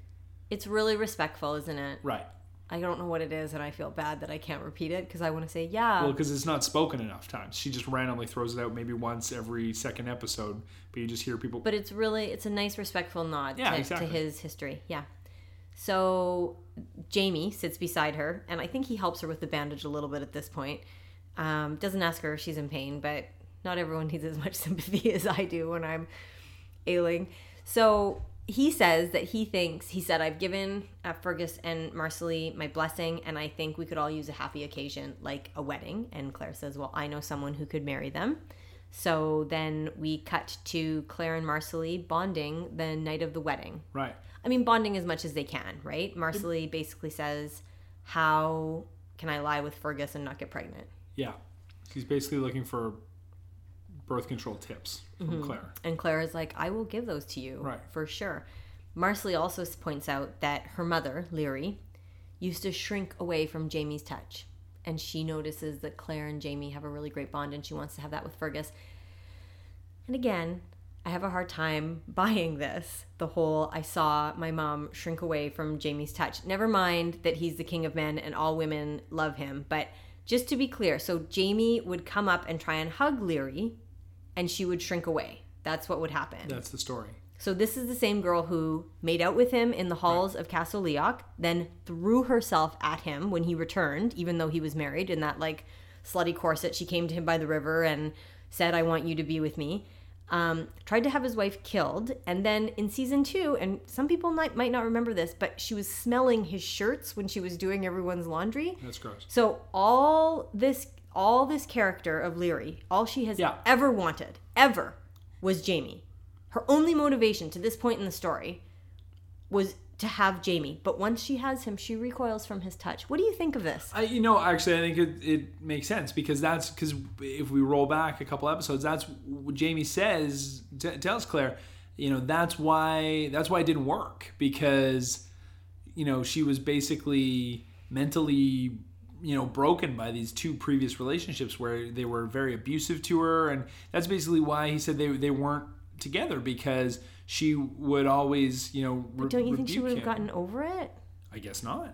Speaker 2: it's really respectful, isn't it?
Speaker 1: right.
Speaker 2: I don't know what it is, and I feel bad that I can't repeat it because I want to say yeah.
Speaker 1: Well, because it's not spoken enough times. She just randomly throws it out, maybe once every second episode, but you just hear people.
Speaker 2: but it's really it's a nice respectful nod
Speaker 1: Yeah,
Speaker 2: to,
Speaker 1: exactly.
Speaker 2: to his history yeah so jamie sits beside her and i think he helps her with the bandage a little bit at this point um, doesn't ask her if she's in pain but not everyone [LAUGHS] needs as much sympathy [LAUGHS] as i do when i'm ailing so he says that he thinks he said i've given uh, fergus and marcelly my blessing and i think we could all use a happy occasion like a wedding and claire says well i know someone who could marry them so then we cut to Claire and Marcelly bonding the night of the wedding.
Speaker 1: right.
Speaker 2: I mean, bonding as much as they can, right? Marcelly basically says, How can I lie with Fergus and not get pregnant?
Speaker 1: Yeah. She's basically looking for birth control tips from Claire.
Speaker 2: And Claire is like, I will give those to you
Speaker 1: Right.
Speaker 2: for sure. Marsley also s- points out that her mother, Leary, used to shrink away from Jamie's touch. And she notices that Claire and Jamie have a really great bond and she wants to have that with Fergus. And again, I have a hard time [LAUGHS] buying this. The whole I saw my mom shrink away from Jamie's touch. Never mind that he's the king of men and all women love him, but just to be clear, so Jamie would come up and try and hug Leary and she would shrink away. That's what would happen.
Speaker 1: That's the story.
Speaker 2: So this is the same girl who made out with him in the halls of Castle Leoc, then threw herself at him when he returned, even though he was married in that like slutty corset. She came to him by the river and said, "I want you to be with me." Um, tried to have his wife killed, and then in season two, and some people might might not remember this, but she was smelling his shirts when she was doing everyone's laundry.
Speaker 1: That's gross.
Speaker 2: So all this all this character of Leary, all she has
Speaker 1: Yeah.
Speaker 2: ever wanted, ever, was Jamie. Her only motivation to this point in the story was to have Jamie. But once she has him, she recoils from his touch. What do you think of this?
Speaker 1: I, you know, actually, I think it, it makes sense because that's because if we roll back a couple episodes, that's what Jamie says t- tells Claire, you know, that's why that's why it didn't work because, you know, she was basically mentally, you know, broken by these two previous relationships where they were very abusive to her, and that's basically why he said they they weren't together because she would always, you know, re-
Speaker 2: Don't you think she
Speaker 1: rebuke
Speaker 2: would have
Speaker 1: him.
Speaker 2: gotten over it?
Speaker 1: I guess not.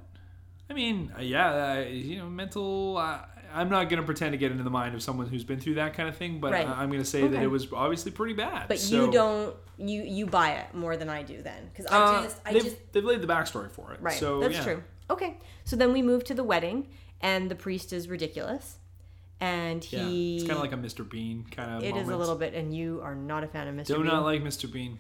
Speaker 1: I mean, uh, yeah, uh, you know, mental. Uh, I'm not going to pretend to get into the mind of someone who's been through that kind of thing, but
Speaker 2: Right.
Speaker 1: I, am going to say that
Speaker 2: Okay.
Speaker 1: it was obviously pretty bad.
Speaker 2: But
Speaker 1: So,
Speaker 2: you don't you you buy it more than I do then. Because I
Speaker 1: uh,
Speaker 2: just I
Speaker 1: they've,
Speaker 2: just
Speaker 1: they've laid the backstory for it,
Speaker 2: Right.
Speaker 1: So
Speaker 2: That's
Speaker 1: yeah.
Speaker 2: true. Okay. So then we move to the wedding and the priest is ridiculous. And
Speaker 1: Yeah,
Speaker 2: he
Speaker 1: it's kind of like a Mr. Bean kind of.
Speaker 2: It
Speaker 1: moment.
Speaker 2: is a little bit, and you are not a fan of Mr.
Speaker 1: Do
Speaker 2: Bean.
Speaker 1: not like Mr. Bean.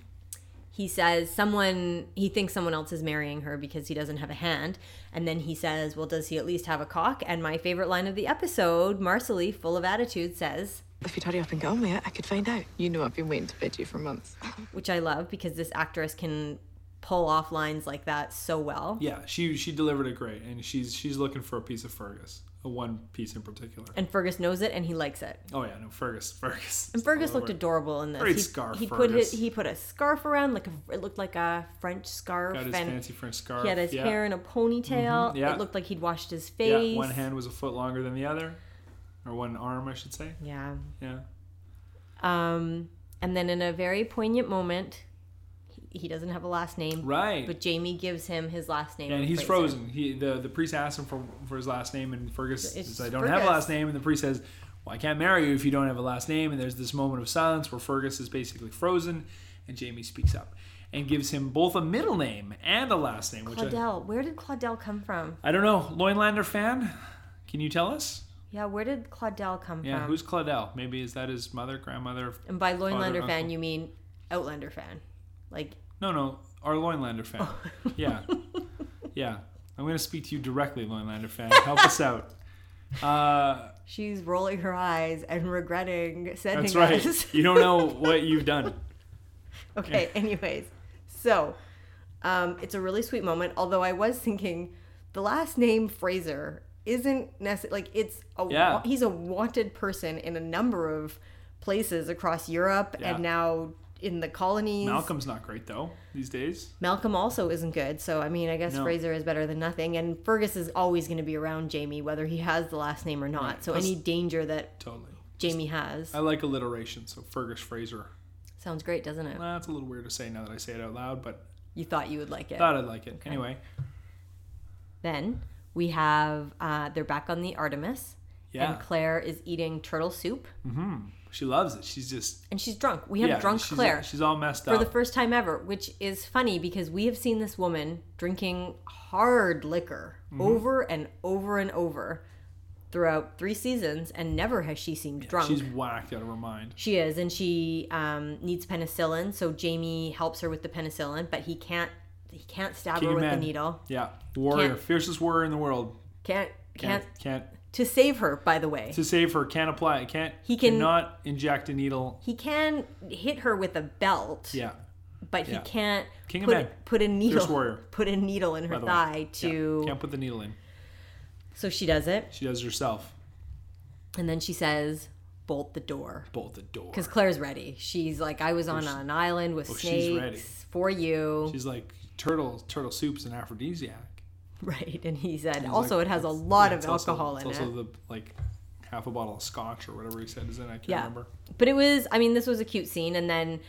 Speaker 2: he says someone he thinks someone else is marrying her because he doesn't have a hand, and then he says, "Well, does he at least have a cock?" And my favorite line of the episode, Marcelly, full of attitude, says,
Speaker 4: If you'd hurry up and get on with it, I could find out. You know I've been waiting to bed you for months.
Speaker 2: which I love because this actress can pull off lines like that so well.
Speaker 1: Yeah, she she delivered it great, and she's she's looking for a piece of Fergus, a one piece in particular.
Speaker 2: And Fergus knows it, and he likes it.
Speaker 1: Oh yeah, no Fergus, Fergus.
Speaker 2: And Fergus looked adorable in this.
Speaker 1: Great
Speaker 2: he,
Speaker 1: scarf,
Speaker 2: he put his,
Speaker 1: Fergus.
Speaker 2: he put a scarf around like a, it looked like a French scarf,
Speaker 1: Got his
Speaker 2: and
Speaker 1: fancy French scarf.
Speaker 2: he had his
Speaker 1: yeah.
Speaker 2: hair in a ponytail.
Speaker 1: Mhm, yeah.
Speaker 2: It looked like he'd washed his face.
Speaker 1: Yeah, one hand was a foot longer than the other, or one arm, I should say.
Speaker 2: Yeah.
Speaker 1: Yeah.
Speaker 2: Um, and then in a very poignant moment, he, he doesn't have a last name,
Speaker 1: Right.
Speaker 2: but Jamie gives him his last name.
Speaker 1: and
Speaker 2: and
Speaker 1: he's
Speaker 2: Fraser.
Speaker 1: frozen. He the the priest asks him for for his last name, and Fergus
Speaker 2: It's
Speaker 1: says, "I don't have a
Speaker 2: Fergus.
Speaker 1: last name." And the priest says, "Well, I can't marry you if you don't have a last name." And there's this moment of silence where Fergus is basically frozen, and Jamie speaks up and gives him both a middle name and a last name, which I,
Speaker 2: Claudel, where did Claudel come from?
Speaker 1: I don't know. Loinlander fan, can you tell us?
Speaker 2: Yeah, where did Claudel come
Speaker 1: Yeah,
Speaker 2: from?
Speaker 1: who's Claudel? Maybe is that his mother, grandmother?
Speaker 2: and by Loinlander
Speaker 1: Father,
Speaker 2: fan,
Speaker 1: uncle.
Speaker 2: you mean Outlander fan. Like,
Speaker 1: No, no, our Loinlander fan.
Speaker 2: Oh.
Speaker 1: [LAUGHS] Yeah, yeah. I'm going to speak to you directly, Loinlander fan. Help us
Speaker 2: [LAUGHS]
Speaker 1: out. Uh,
Speaker 2: she's rolling her eyes and regretting sending
Speaker 1: That's right.
Speaker 2: us.
Speaker 1: [LAUGHS] You don't know what you've [LAUGHS] done. [LAUGHS]
Speaker 2: Okay, anyways. So, um, it's a really sweet moment, although I was thinking the last name Fraser isn't necessarily like it's a wa-
Speaker 1: Yeah.
Speaker 2: he's a wanted person in a number of places across Europe
Speaker 1: Yeah.
Speaker 2: and now in the colonies.
Speaker 1: Malcolm's not great though these days.
Speaker 2: Malcolm also isn't good, so I mean, I guess
Speaker 1: No.
Speaker 2: Fraser is better than nothing and Fergus is always going to be around Jamie whether he has the last name or not. So
Speaker 1: Plus- uh,
Speaker 2: any danger that
Speaker 1: Totally.
Speaker 2: Jamie has
Speaker 1: I like alliteration, so Fergus Fraser.
Speaker 2: sounds great, doesn't it?
Speaker 1: Nah, that's a little weird to say now that I say it out loud, but
Speaker 2: You thought you would like it.
Speaker 1: thought I'd like it anyway.
Speaker 2: Then we have uh, they're back on the Artemis,
Speaker 1: Yeah,
Speaker 2: and Claire is eating turtle soup,
Speaker 1: she loves it. She's just
Speaker 2: and she's drunk. We have
Speaker 1: yeah,
Speaker 2: drunk
Speaker 1: she's,
Speaker 2: Claire
Speaker 1: She's all messed
Speaker 2: for
Speaker 1: up.
Speaker 2: the first time ever, which is funny because we have seen this woman drinking hard liquor
Speaker 1: Mm-hmm.
Speaker 2: over and over and over throughout three seasons, and never has she seemed drunk.
Speaker 1: She's whacked out of her mind.
Speaker 2: She is, and she um, needs penicillin, so Jamie helps her with the penicillin, but he can't. He can't stab her
Speaker 1: King of
Speaker 2: with
Speaker 1: men.
Speaker 2: the needle.
Speaker 1: Yeah, warrior,
Speaker 2: Can't-
Speaker 1: fiercest warrior in the world.
Speaker 2: Can't, can't
Speaker 1: Can't, can't
Speaker 2: to save her. By the way,
Speaker 1: to save her. Can't apply. it, Can't.
Speaker 2: He can-
Speaker 1: cannot inject a needle.
Speaker 2: he can hit her with a belt.
Speaker 1: Yeah,
Speaker 2: but
Speaker 1: Yeah.
Speaker 2: he can't
Speaker 1: King of
Speaker 2: put,
Speaker 1: men.
Speaker 2: put a needle
Speaker 1: Fierce warrior.
Speaker 2: put a needle in
Speaker 1: by
Speaker 2: her
Speaker 1: the way.
Speaker 2: thigh
Speaker 1: Yeah,
Speaker 2: to
Speaker 1: can't put the needle in.
Speaker 2: so she does it
Speaker 1: She does it herself.
Speaker 2: and then she says bolt the door
Speaker 1: bolt the door.
Speaker 2: because Claire's ready. She's like, I was on an island with
Speaker 1: Oh, she's ready.
Speaker 2: snakes for you,
Speaker 1: She's like turtle. Turtle soup's an aphrodisiac.
Speaker 2: [LAUGHS] right? And he said, also
Speaker 1: like,
Speaker 2: it has a
Speaker 1: it's-
Speaker 2: lot
Speaker 1: yeah,
Speaker 2: of
Speaker 1: it's also-
Speaker 2: alcohol in
Speaker 1: it's
Speaker 2: it.
Speaker 1: also the like half a bottle of scotch or whatever he said is in. I can't
Speaker 2: Yeah.
Speaker 1: remember.
Speaker 2: But it was, I mean, this was a cute scene. And then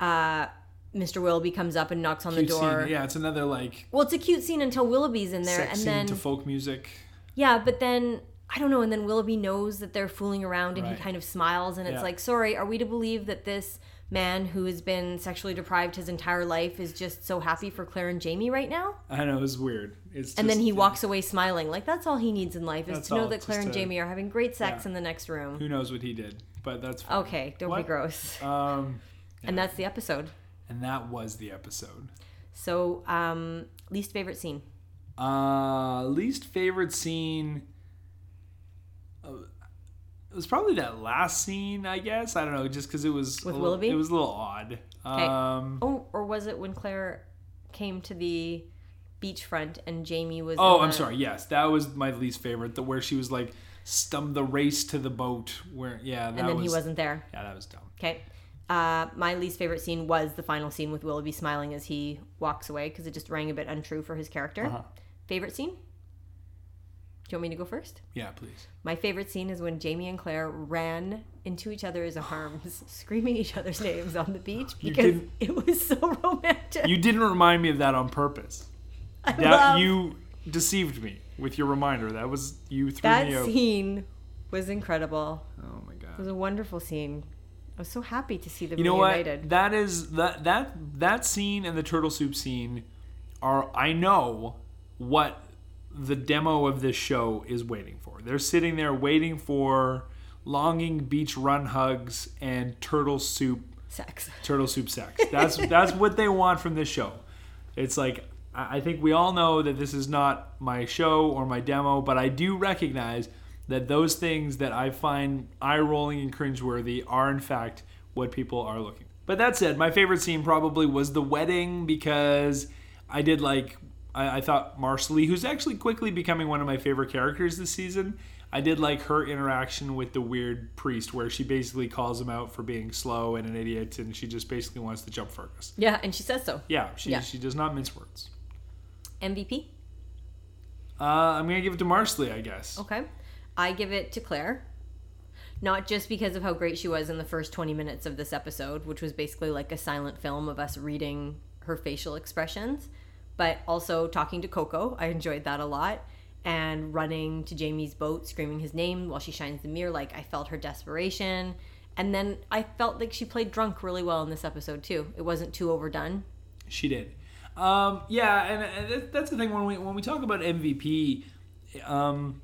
Speaker 2: uh, Mr. Willoughby comes up and knocks on
Speaker 1: Cute
Speaker 2: the door.
Speaker 1: Scene. Yeah, it's another like
Speaker 2: Well, it's a cute scene until Willoughby's in there.
Speaker 1: sex
Speaker 2: and
Speaker 1: scene
Speaker 2: then,
Speaker 1: to folk music.
Speaker 2: yeah, but then, I don't know. And then Willoughby knows that they're fooling around and
Speaker 1: Right.
Speaker 2: he kind of smiles. And it's
Speaker 1: Yeah.
Speaker 2: like, sorry, are we to believe that this man who has been sexually deprived his entire life is just so happy for Claire and Jamie right now?
Speaker 1: I know it's weird. It's
Speaker 2: and then
Speaker 1: just-
Speaker 2: he walks away smiling. Like, that's all he needs in life is
Speaker 1: That's
Speaker 2: to know
Speaker 1: all,
Speaker 2: that
Speaker 1: just
Speaker 2: Claire and
Speaker 1: to-
Speaker 2: Jamie are having great sex
Speaker 1: yeah.
Speaker 2: in the next room.
Speaker 1: Who knows what he did? But that's fine.
Speaker 2: Okay, don't be
Speaker 1: What?
Speaker 2: gross.
Speaker 1: Um,
Speaker 2: And that's the episode.
Speaker 1: and that was the episode.
Speaker 2: So, um, least favorite scene.
Speaker 1: Uh, least favorite scene. Uh, it was probably that last scene, I guess. I don't know, just because it was
Speaker 2: With
Speaker 1: a little-
Speaker 2: Willoughby?
Speaker 1: It was a little odd. Um,
Speaker 2: Oh, or was it when Claire came to the beachfront and Jamie was?
Speaker 1: oh,
Speaker 2: in
Speaker 1: I'm
Speaker 2: the-
Speaker 1: sorry. Yes, that was my least favorite. The where she was like stum the race to the boat. Where yeah, that
Speaker 2: And then
Speaker 1: was
Speaker 2: he wasn't there.
Speaker 1: yeah, that was dumb.
Speaker 2: Okay. Uh, my least favorite scene was the final scene with Willoughby smiling as he walks away because it just rang a bit untrue for his character.
Speaker 1: Uh-huh.
Speaker 2: Favorite scene? Do you want me to go first?
Speaker 1: Yeah, please.
Speaker 2: My favorite scene is when Jamie and Claire ran into each
Speaker 1: [SIGHS]
Speaker 2: other's arms, screaming each other's names on the beach
Speaker 1: You
Speaker 2: because
Speaker 1: didn't-
Speaker 2: it was so [LAUGHS] romantic.
Speaker 1: You didn't remind me of that on purpose.
Speaker 2: [LAUGHS] I
Speaker 1: That
Speaker 2: love-
Speaker 1: you deceived me with your reminder. That was you threw
Speaker 2: That
Speaker 1: me. a-
Speaker 2: scene was incredible.
Speaker 1: oh my god.
Speaker 2: It was a wonderful scene. I was so happy to see them
Speaker 1: You know
Speaker 2: reunited.
Speaker 1: what? That is that that that scene and the turtle soup scene are I know what the demo of this show is waiting for. They're sitting there waiting for longing beach run hugs and turtle soup
Speaker 2: Sex.
Speaker 1: turtle soup sex. That's that's what they want from this show. It's like I I think we all know that this is not my show or my demo, but I do recognize that those things that I find eye rolling and cringeworthy are in fact what people are looking. But that said, my favorite scene probably was the wedding because I did like I, I thought Marcelly, who's actually quickly becoming one of my favorite characters this season. I did like her interaction with the weird priest, where she basically calls him out for being slow and an idiot, and she just basically wants to jump Fergus.
Speaker 2: Yeah, and she says so.
Speaker 1: Yeah, she
Speaker 2: Yeah.
Speaker 1: she does not mince words.
Speaker 2: MVP.
Speaker 1: Uh, I'm gonna give it to Marsley, I guess.
Speaker 2: Okay. I give it to Claire. Not just because of how great she was in the first 20 minutes of this episode, which was basically like a silent film of us reading her facial expressions, but also talking to Coco. I enjoyed that a lot. And running to Jamie's boat, screaming his name while she shines the mirror. Like, I felt her desperation. And then I felt like she played drunk really well in this episode, too. It wasn't too overdone.
Speaker 1: She did. Um, yeah, and, and that, that's the thing when we when we talk about MVP, um,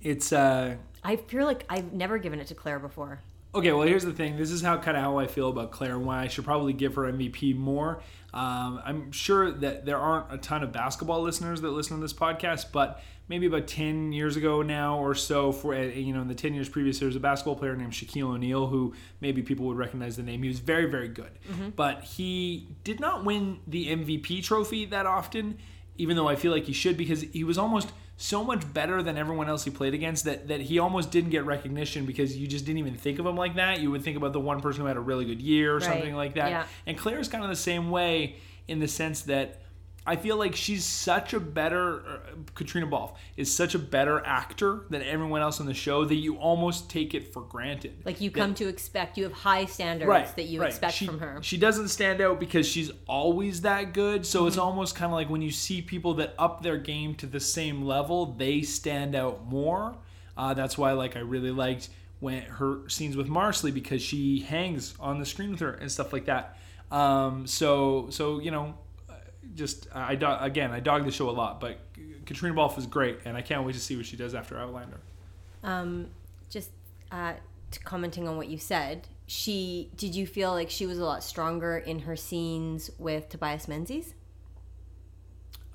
Speaker 1: it's. Uh,
Speaker 2: I feel like I've never given it to Claire before.
Speaker 1: Okay, well, here's the thing. This is how kind of how I feel about Claire and why I should probably give her MVP more. Um, I'm sure that there aren't a ton of basketball listeners that listen to this podcast, but maybe about 10 years ago now or so, for uh, you know, in the 10 years previous, there was a basketball player named Shaquille O'Neal who maybe people would recognize the name. He was very, very good, but he did not win the MVP trophy that often even though I feel like he should because he was almost so much better than everyone else he played against that, that he almost didn't get recognition because you just didn't even think of him like that. You would think about the one person who had a really good year or something like that.
Speaker 2: yeah.
Speaker 1: And Claire's kind of the same way in the sense that I feel like she's such a better uh, Katrina Balfe is such a better actor than everyone else on the show that you almost take it for granted.
Speaker 2: Like you come to expect, you have high standards that you
Speaker 1: right.
Speaker 2: expect
Speaker 1: She-
Speaker 2: from her.
Speaker 1: She doesn't stand out because she's always that good. So
Speaker 2: Mm-hmm.
Speaker 1: it's almost kind of like when you see people that up their game to the same level, they stand out more. Uh, that's why, like, I really liked when her scenes with Marsley because she hangs on the screen with her and stuff like that. Um, so, so you know, uh, just I do- again, I dog the show a lot, but Katrina Balfe is great, and I can't wait to see what she does after Outlander.
Speaker 2: Just uh, to commenting on what you said, she did you feel like she was a lot stronger in her scenes with Tobias Menzies?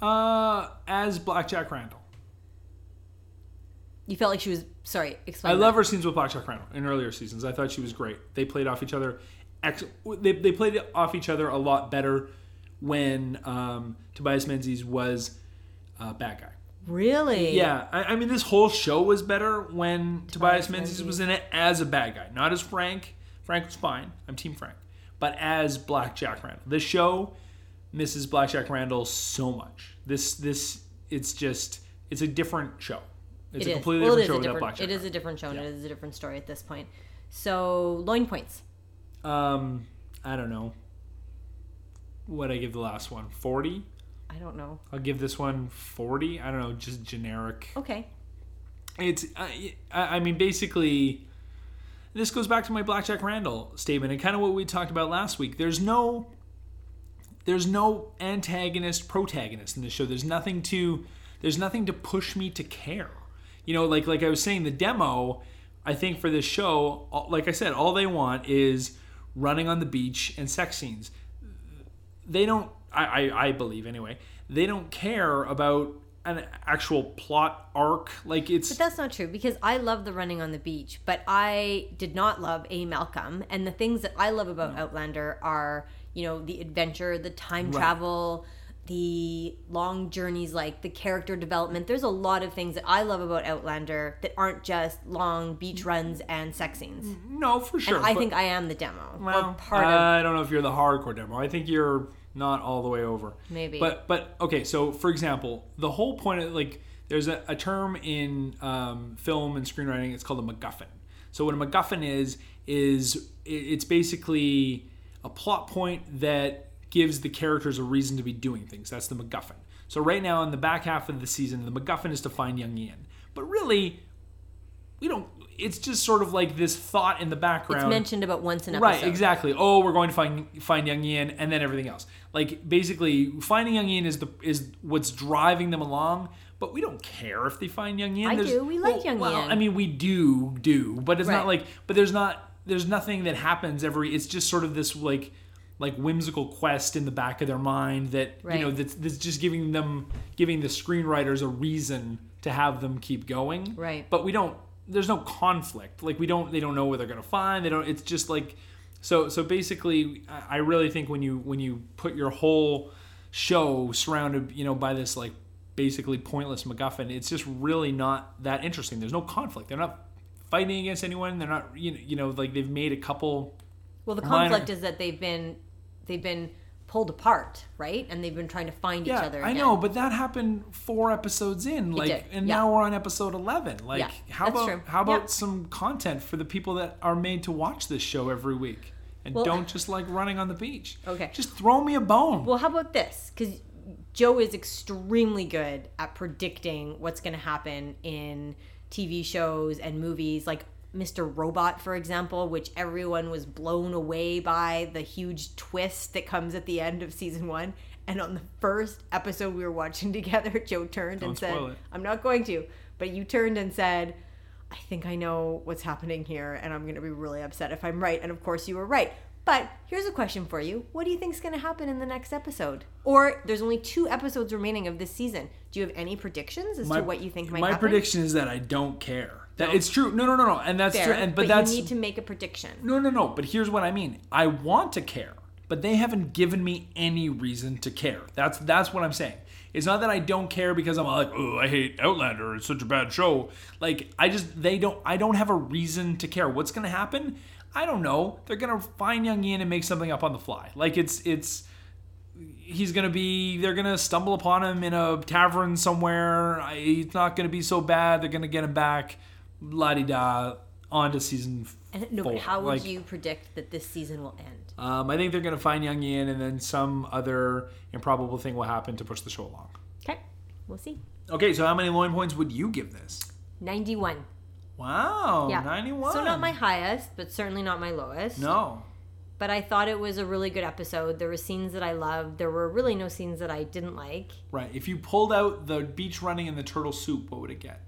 Speaker 1: Uh, as Blackjack Randall.
Speaker 2: You felt like she was sorry. Explain.
Speaker 1: I
Speaker 2: that.
Speaker 1: love her scenes with Blackjack Randall in earlier seasons. I thought she was great. They played off each other. Ex- they, they played off each other a lot better when um, Tobias Menzies was a bad guy.
Speaker 2: Really?
Speaker 1: Yeah, I, I mean, this whole show was better when Tobias,
Speaker 2: Tobias
Speaker 1: Menzies
Speaker 2: Menzies.
Speaker 1: was in it as a bad guy, not as Frank. Frank was fine. I'm Team Frank, but as Black Jack Randall. This show misses Black Jack Randall so much. This this it's just it's a different show. It's
Speaker 2: It
Speaker 1: a
Speaker 2: is.
Speaker 1: completely
Speaker 2: Well, it is
Speaker 1: different
Speaker 2: a
Speaker 1: show without Black
Speaker 2: different.
Speaker 1: Jack.
Speaker 2: It is a different show, and it is a different story at this point. So loin points.
Speaker 1: Randall. um, I don't know. What I give the last one? Forty.
Speaker 2: I don't know.
Speaker 1: I'll give this one forty. I don't know, just generic.
Speaker 2: Okay.
Speaker 1: it's I, I I mean basically this goes back to my blackjack randall statement and kind of what we talked about last week there's no there's no antagonist protagonist in this show there's nothing to there's nothing to push me to care you know like like i was saying the demo i think for this show all- like i said all they want is running on the beach and sex scenes they don't I, I, I believe anyway they don't care about an actual plot arc like it's
Speaker 2: But that's not true because I love the running on the beach, but I did not love A. Malcolm. And the things that I love
Speaker 1: Mm.
Speaker 2: about Outlander are, you know, the adventure, the time travel, the long journeys, like the character development. There's a lot of things that I love about Outlander that aren't just long beach runs and sex scenes.
Speaker 1: No, for sure.
Speaker 2: I
Speaker 1: Mm-hmm. but- Uh,
Speaker 2: think I am the demo.
Speaker 1: well,
Speaker 2: or part of
Speaker 1: I don't know if you're the hardcore demo. I think you're not all the way over.
Speaker 2: Maybe.
Speaker 1: But but okay. So for example, the whole point of like there's a, a term in um, film and screenwriting. It's called a MacGuffin. So what a MacGuffin is is i- it's basically a plot point that gives the characters a reason to be doing things. That's the MacGuffin. So right now in the back half of the season, the MacGuffin is to find young Ian. But really, we don't. It's just sort of like this thought in the background.
Speaker 2: it's mentioned about once an episode.
Speaker 1: Right, exactly. Oh, we're going to find find Young Ian, and then everything else. Like basically, finding Young Ian is the is what's driving them along. But we don't care if they find Young Ian.
Speaker 2: I do. We like Young
Speaker 1: well,
Speaker 2: Ian.
Speaker 1: I mean, we do do, but it's not
Speaker 2: Right.
Speaker 1: like. But there's not. There's nothing that happens every. It's just sort of this like like whimsical quest in the back of their mind that
Speaker 2: Right.
Speaker 1: you know that's, that's just giving them giving the screenwriters a reason to have them keep going
Speaker 2: Right.
Speaker 1: but we don't there's no conflict like we don't they don't know what they're gonna find they don't it's just like so so basically I- i really think when you when you put your whole show surrounded you know by this like basically pointless macguffin it's just really not that interesting there's no conflict they're not fighting against anyone they're not you know, you know like they've made a couple
Speaker 2: Well, the
Speaker 1: Minor-
Speaker 2: conflict is that they've been they've been pulled apart, right? And they've been trying to find each
Speaker 1: yeah
Speaker 2: other.
Speaker 1: i
Speaker 2: again.
Speaker 1: know but that happened four episodes in like
Speaker 2: did,
Speaker 1: and
Speaker 2: yeah.
Speaker 1: now we're on episode 11 like
Speaker 2: Yeah,
Speaker 1: how
Speaker 2: that's
Speaker 1: about
Speaker 2: true.
Speaker 1: how about
Speaker 2: Yeah.
Speaker 1: some content for the people that are made to watch this show every week and
Speaker 2: Well-
Speaker 1: don't just like running on the beach
Speaker 2: Okay.
Speaker 1: just throw me a bone
Speaker 2: Well, how about this? Because Joe is extremely good at predicting what's going to happen in TV shows and movies, like Mr. Robot, for example, which everyone was blown away by the huge twist that comes at the end of season one. And on the first episode we were watching [LAUGHS] together, Joe turned and
Speaker 1: Don't spoil
Speaker 2: said,
Speaker 1: it.
Speaker 2: I'm not going to, but you turned and said, I think I know what's happening here, and I'm going to be really upset if I'm right. And of course, you were right. But here's a question for you What do you think's going to happen in the next episode? Or there's only two episodes remaining of this season. Do you have any predictions as to what you think might
Speaker 1: my
Speaker 2: happen?
Speaker 1: prediction is that i don't care that it's true no no no no and that's
Speaker 2: Fair,
Speaker 1: true and, but,
Speaker 2: but,
Speaker 1: that's
Speaker 2: you need to make a prediction.
Speaker 1: No, no, no. But here's what I mean. I want to care, but they haven't given me any reason to care. That's that's what I'm saying. It's not that I don't care because I'm like, oh, I hate Outlander. It's such a bad show. Like I just they don't. I don't have a reason to care. What's gonna happen? I don't know. They're gonna find Young Ian and make something up on the fly. Like it's it's he's gonna be they're gonna stumble upon him in a tavern somewhere I, he's not gonna be so bad they're gonna get him back la-di-da on to season
Speaker 2: And, no, but
Speaker 1: four.
Speaker 2: how would
Speaker 1: Like,
Speaker 2: you predict that this season will end?
Speaker 1: um, I think they're going to find Young Ian, and then some other improbable thing will happen to push the show along.
Speaker 2: Okay, we'll see.
Speaker 1: Okay, so how many loin points would you give this?
Speaker 2: 91.
Speaker 1: Wow,
Speaker 2: Yeah.
Speaker 1: 91.
Speaker 2: So, not my highest, but certainly not my lowest.
Speaker 1: No.
Speaker 2: but I thought it was a really good episode. There were scenes that I loved. There were really no scenes that I didn't like.
Speaker 1: Right. If you pulled out the beach running and the turtle soup, what would it get?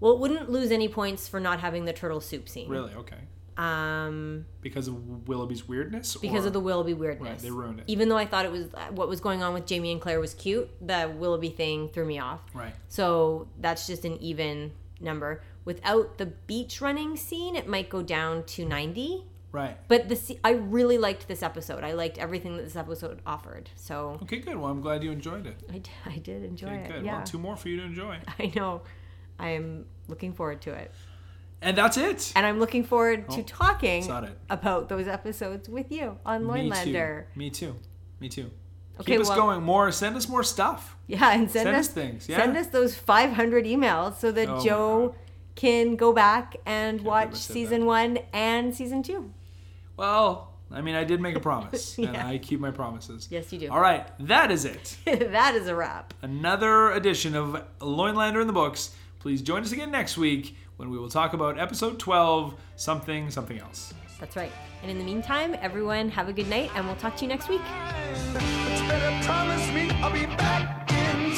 Speaker 2: Well, it wouldn't lose any points for not having the turtle soup scene.
Speaker 1: Really? Okay.
Speaker 2: Um,
Speaker 1: Because of Willoughby's weirdness?
Speaker 2: because
Speaker 1: or-
Speaker 2: of the Willoughby weirdness.
Speaker 1: Right, they ruined it.
Speaker 2: Even though I thought it was uh, what was going on with Jamie and Claire was cute, the Willoughby thing threw me off.
Speaker 1: Right.
Speaker 2: So that's just an even number. Without the beach running scene, it might go down to 90.
Speaker 1: Right.
Speaker 2: But the se- I really liked this episode. I liked everything that this episode offered. So [LAUGHS]
Speaker 1: Okay, good. Well, I'm glad you enjoyed it.
Speaker 2: I did, I did enjoy
Speaker 1: Okay,
Speaker 2: it.
Speaker 1: good.
Speaker 2: Yeah.
Speaker 1: Well, two more for you to enjoy.
Speaker 2: [LAUGHS] I know. I am looking forward to it.
Speaker 1: And that's it.
Speaker 2: And I'm looking forward to
Speaker 1: Oh,
Speaker 2: talking
Speaker 1: that's not it.
Speaker 2: about those episodes with you on
Speaker 1: Me
Speaker 2: Loinlander.
Speaker 1: too. Me too. Me too.
Speaker 2: Okay,
Speaker 1: Keep us
Speaker 2: well-
Speaker 1: going. More. Send us more stuff.
Speaker 2: [LAUGHS] Yeah, and send,
Speaker 1: Send
Speaker 2: us
Speaker 1: us things,
Speaker 2: Send
Speaker 1: yeah.
Speaker 2: us those 500 emails so that
Speaker 1: Oh my
Speaker 2: Joe
Speaker 1: God.
Speaker 2: can go back and watch
Speaker 1: I said
Speaker 2: season
Speaker 1: that.
Speaker 2: one and season two. [LAUGHS]
Speaker 1: Well, I mean, I did make a promise, and
Speaker 2: Yeah.
Speaker 1: I keep my promises.
Speaker 2: Yes, you do.
Speaker 1: All right, that is
Speaker 2: [LAUGHS]
Speaker 1: it.
Speaker 2: that is a wrap.
Speaker 1: Another edition of Loinlander in the books. Please join us again next week when we will talk about episode 12, something, something else.
Speaker 2: That's right. And in the meantime, everyone have a good night, and we'll talk to you next week.
Speaker 5: It's better promise me I'll be back in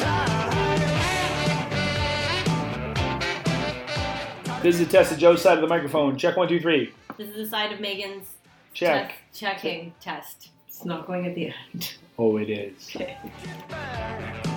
Speaker 5: time.
Speaker 1: This is a test of Joe's side of the microphone. Check one, two, three.
Speaker 2: This is the side of Megan's
Speaker 1: Check.
Speaker 2: checking test. It's not going at the end.
Speaker 1: Oh, it is.
Speaker 5: Get back.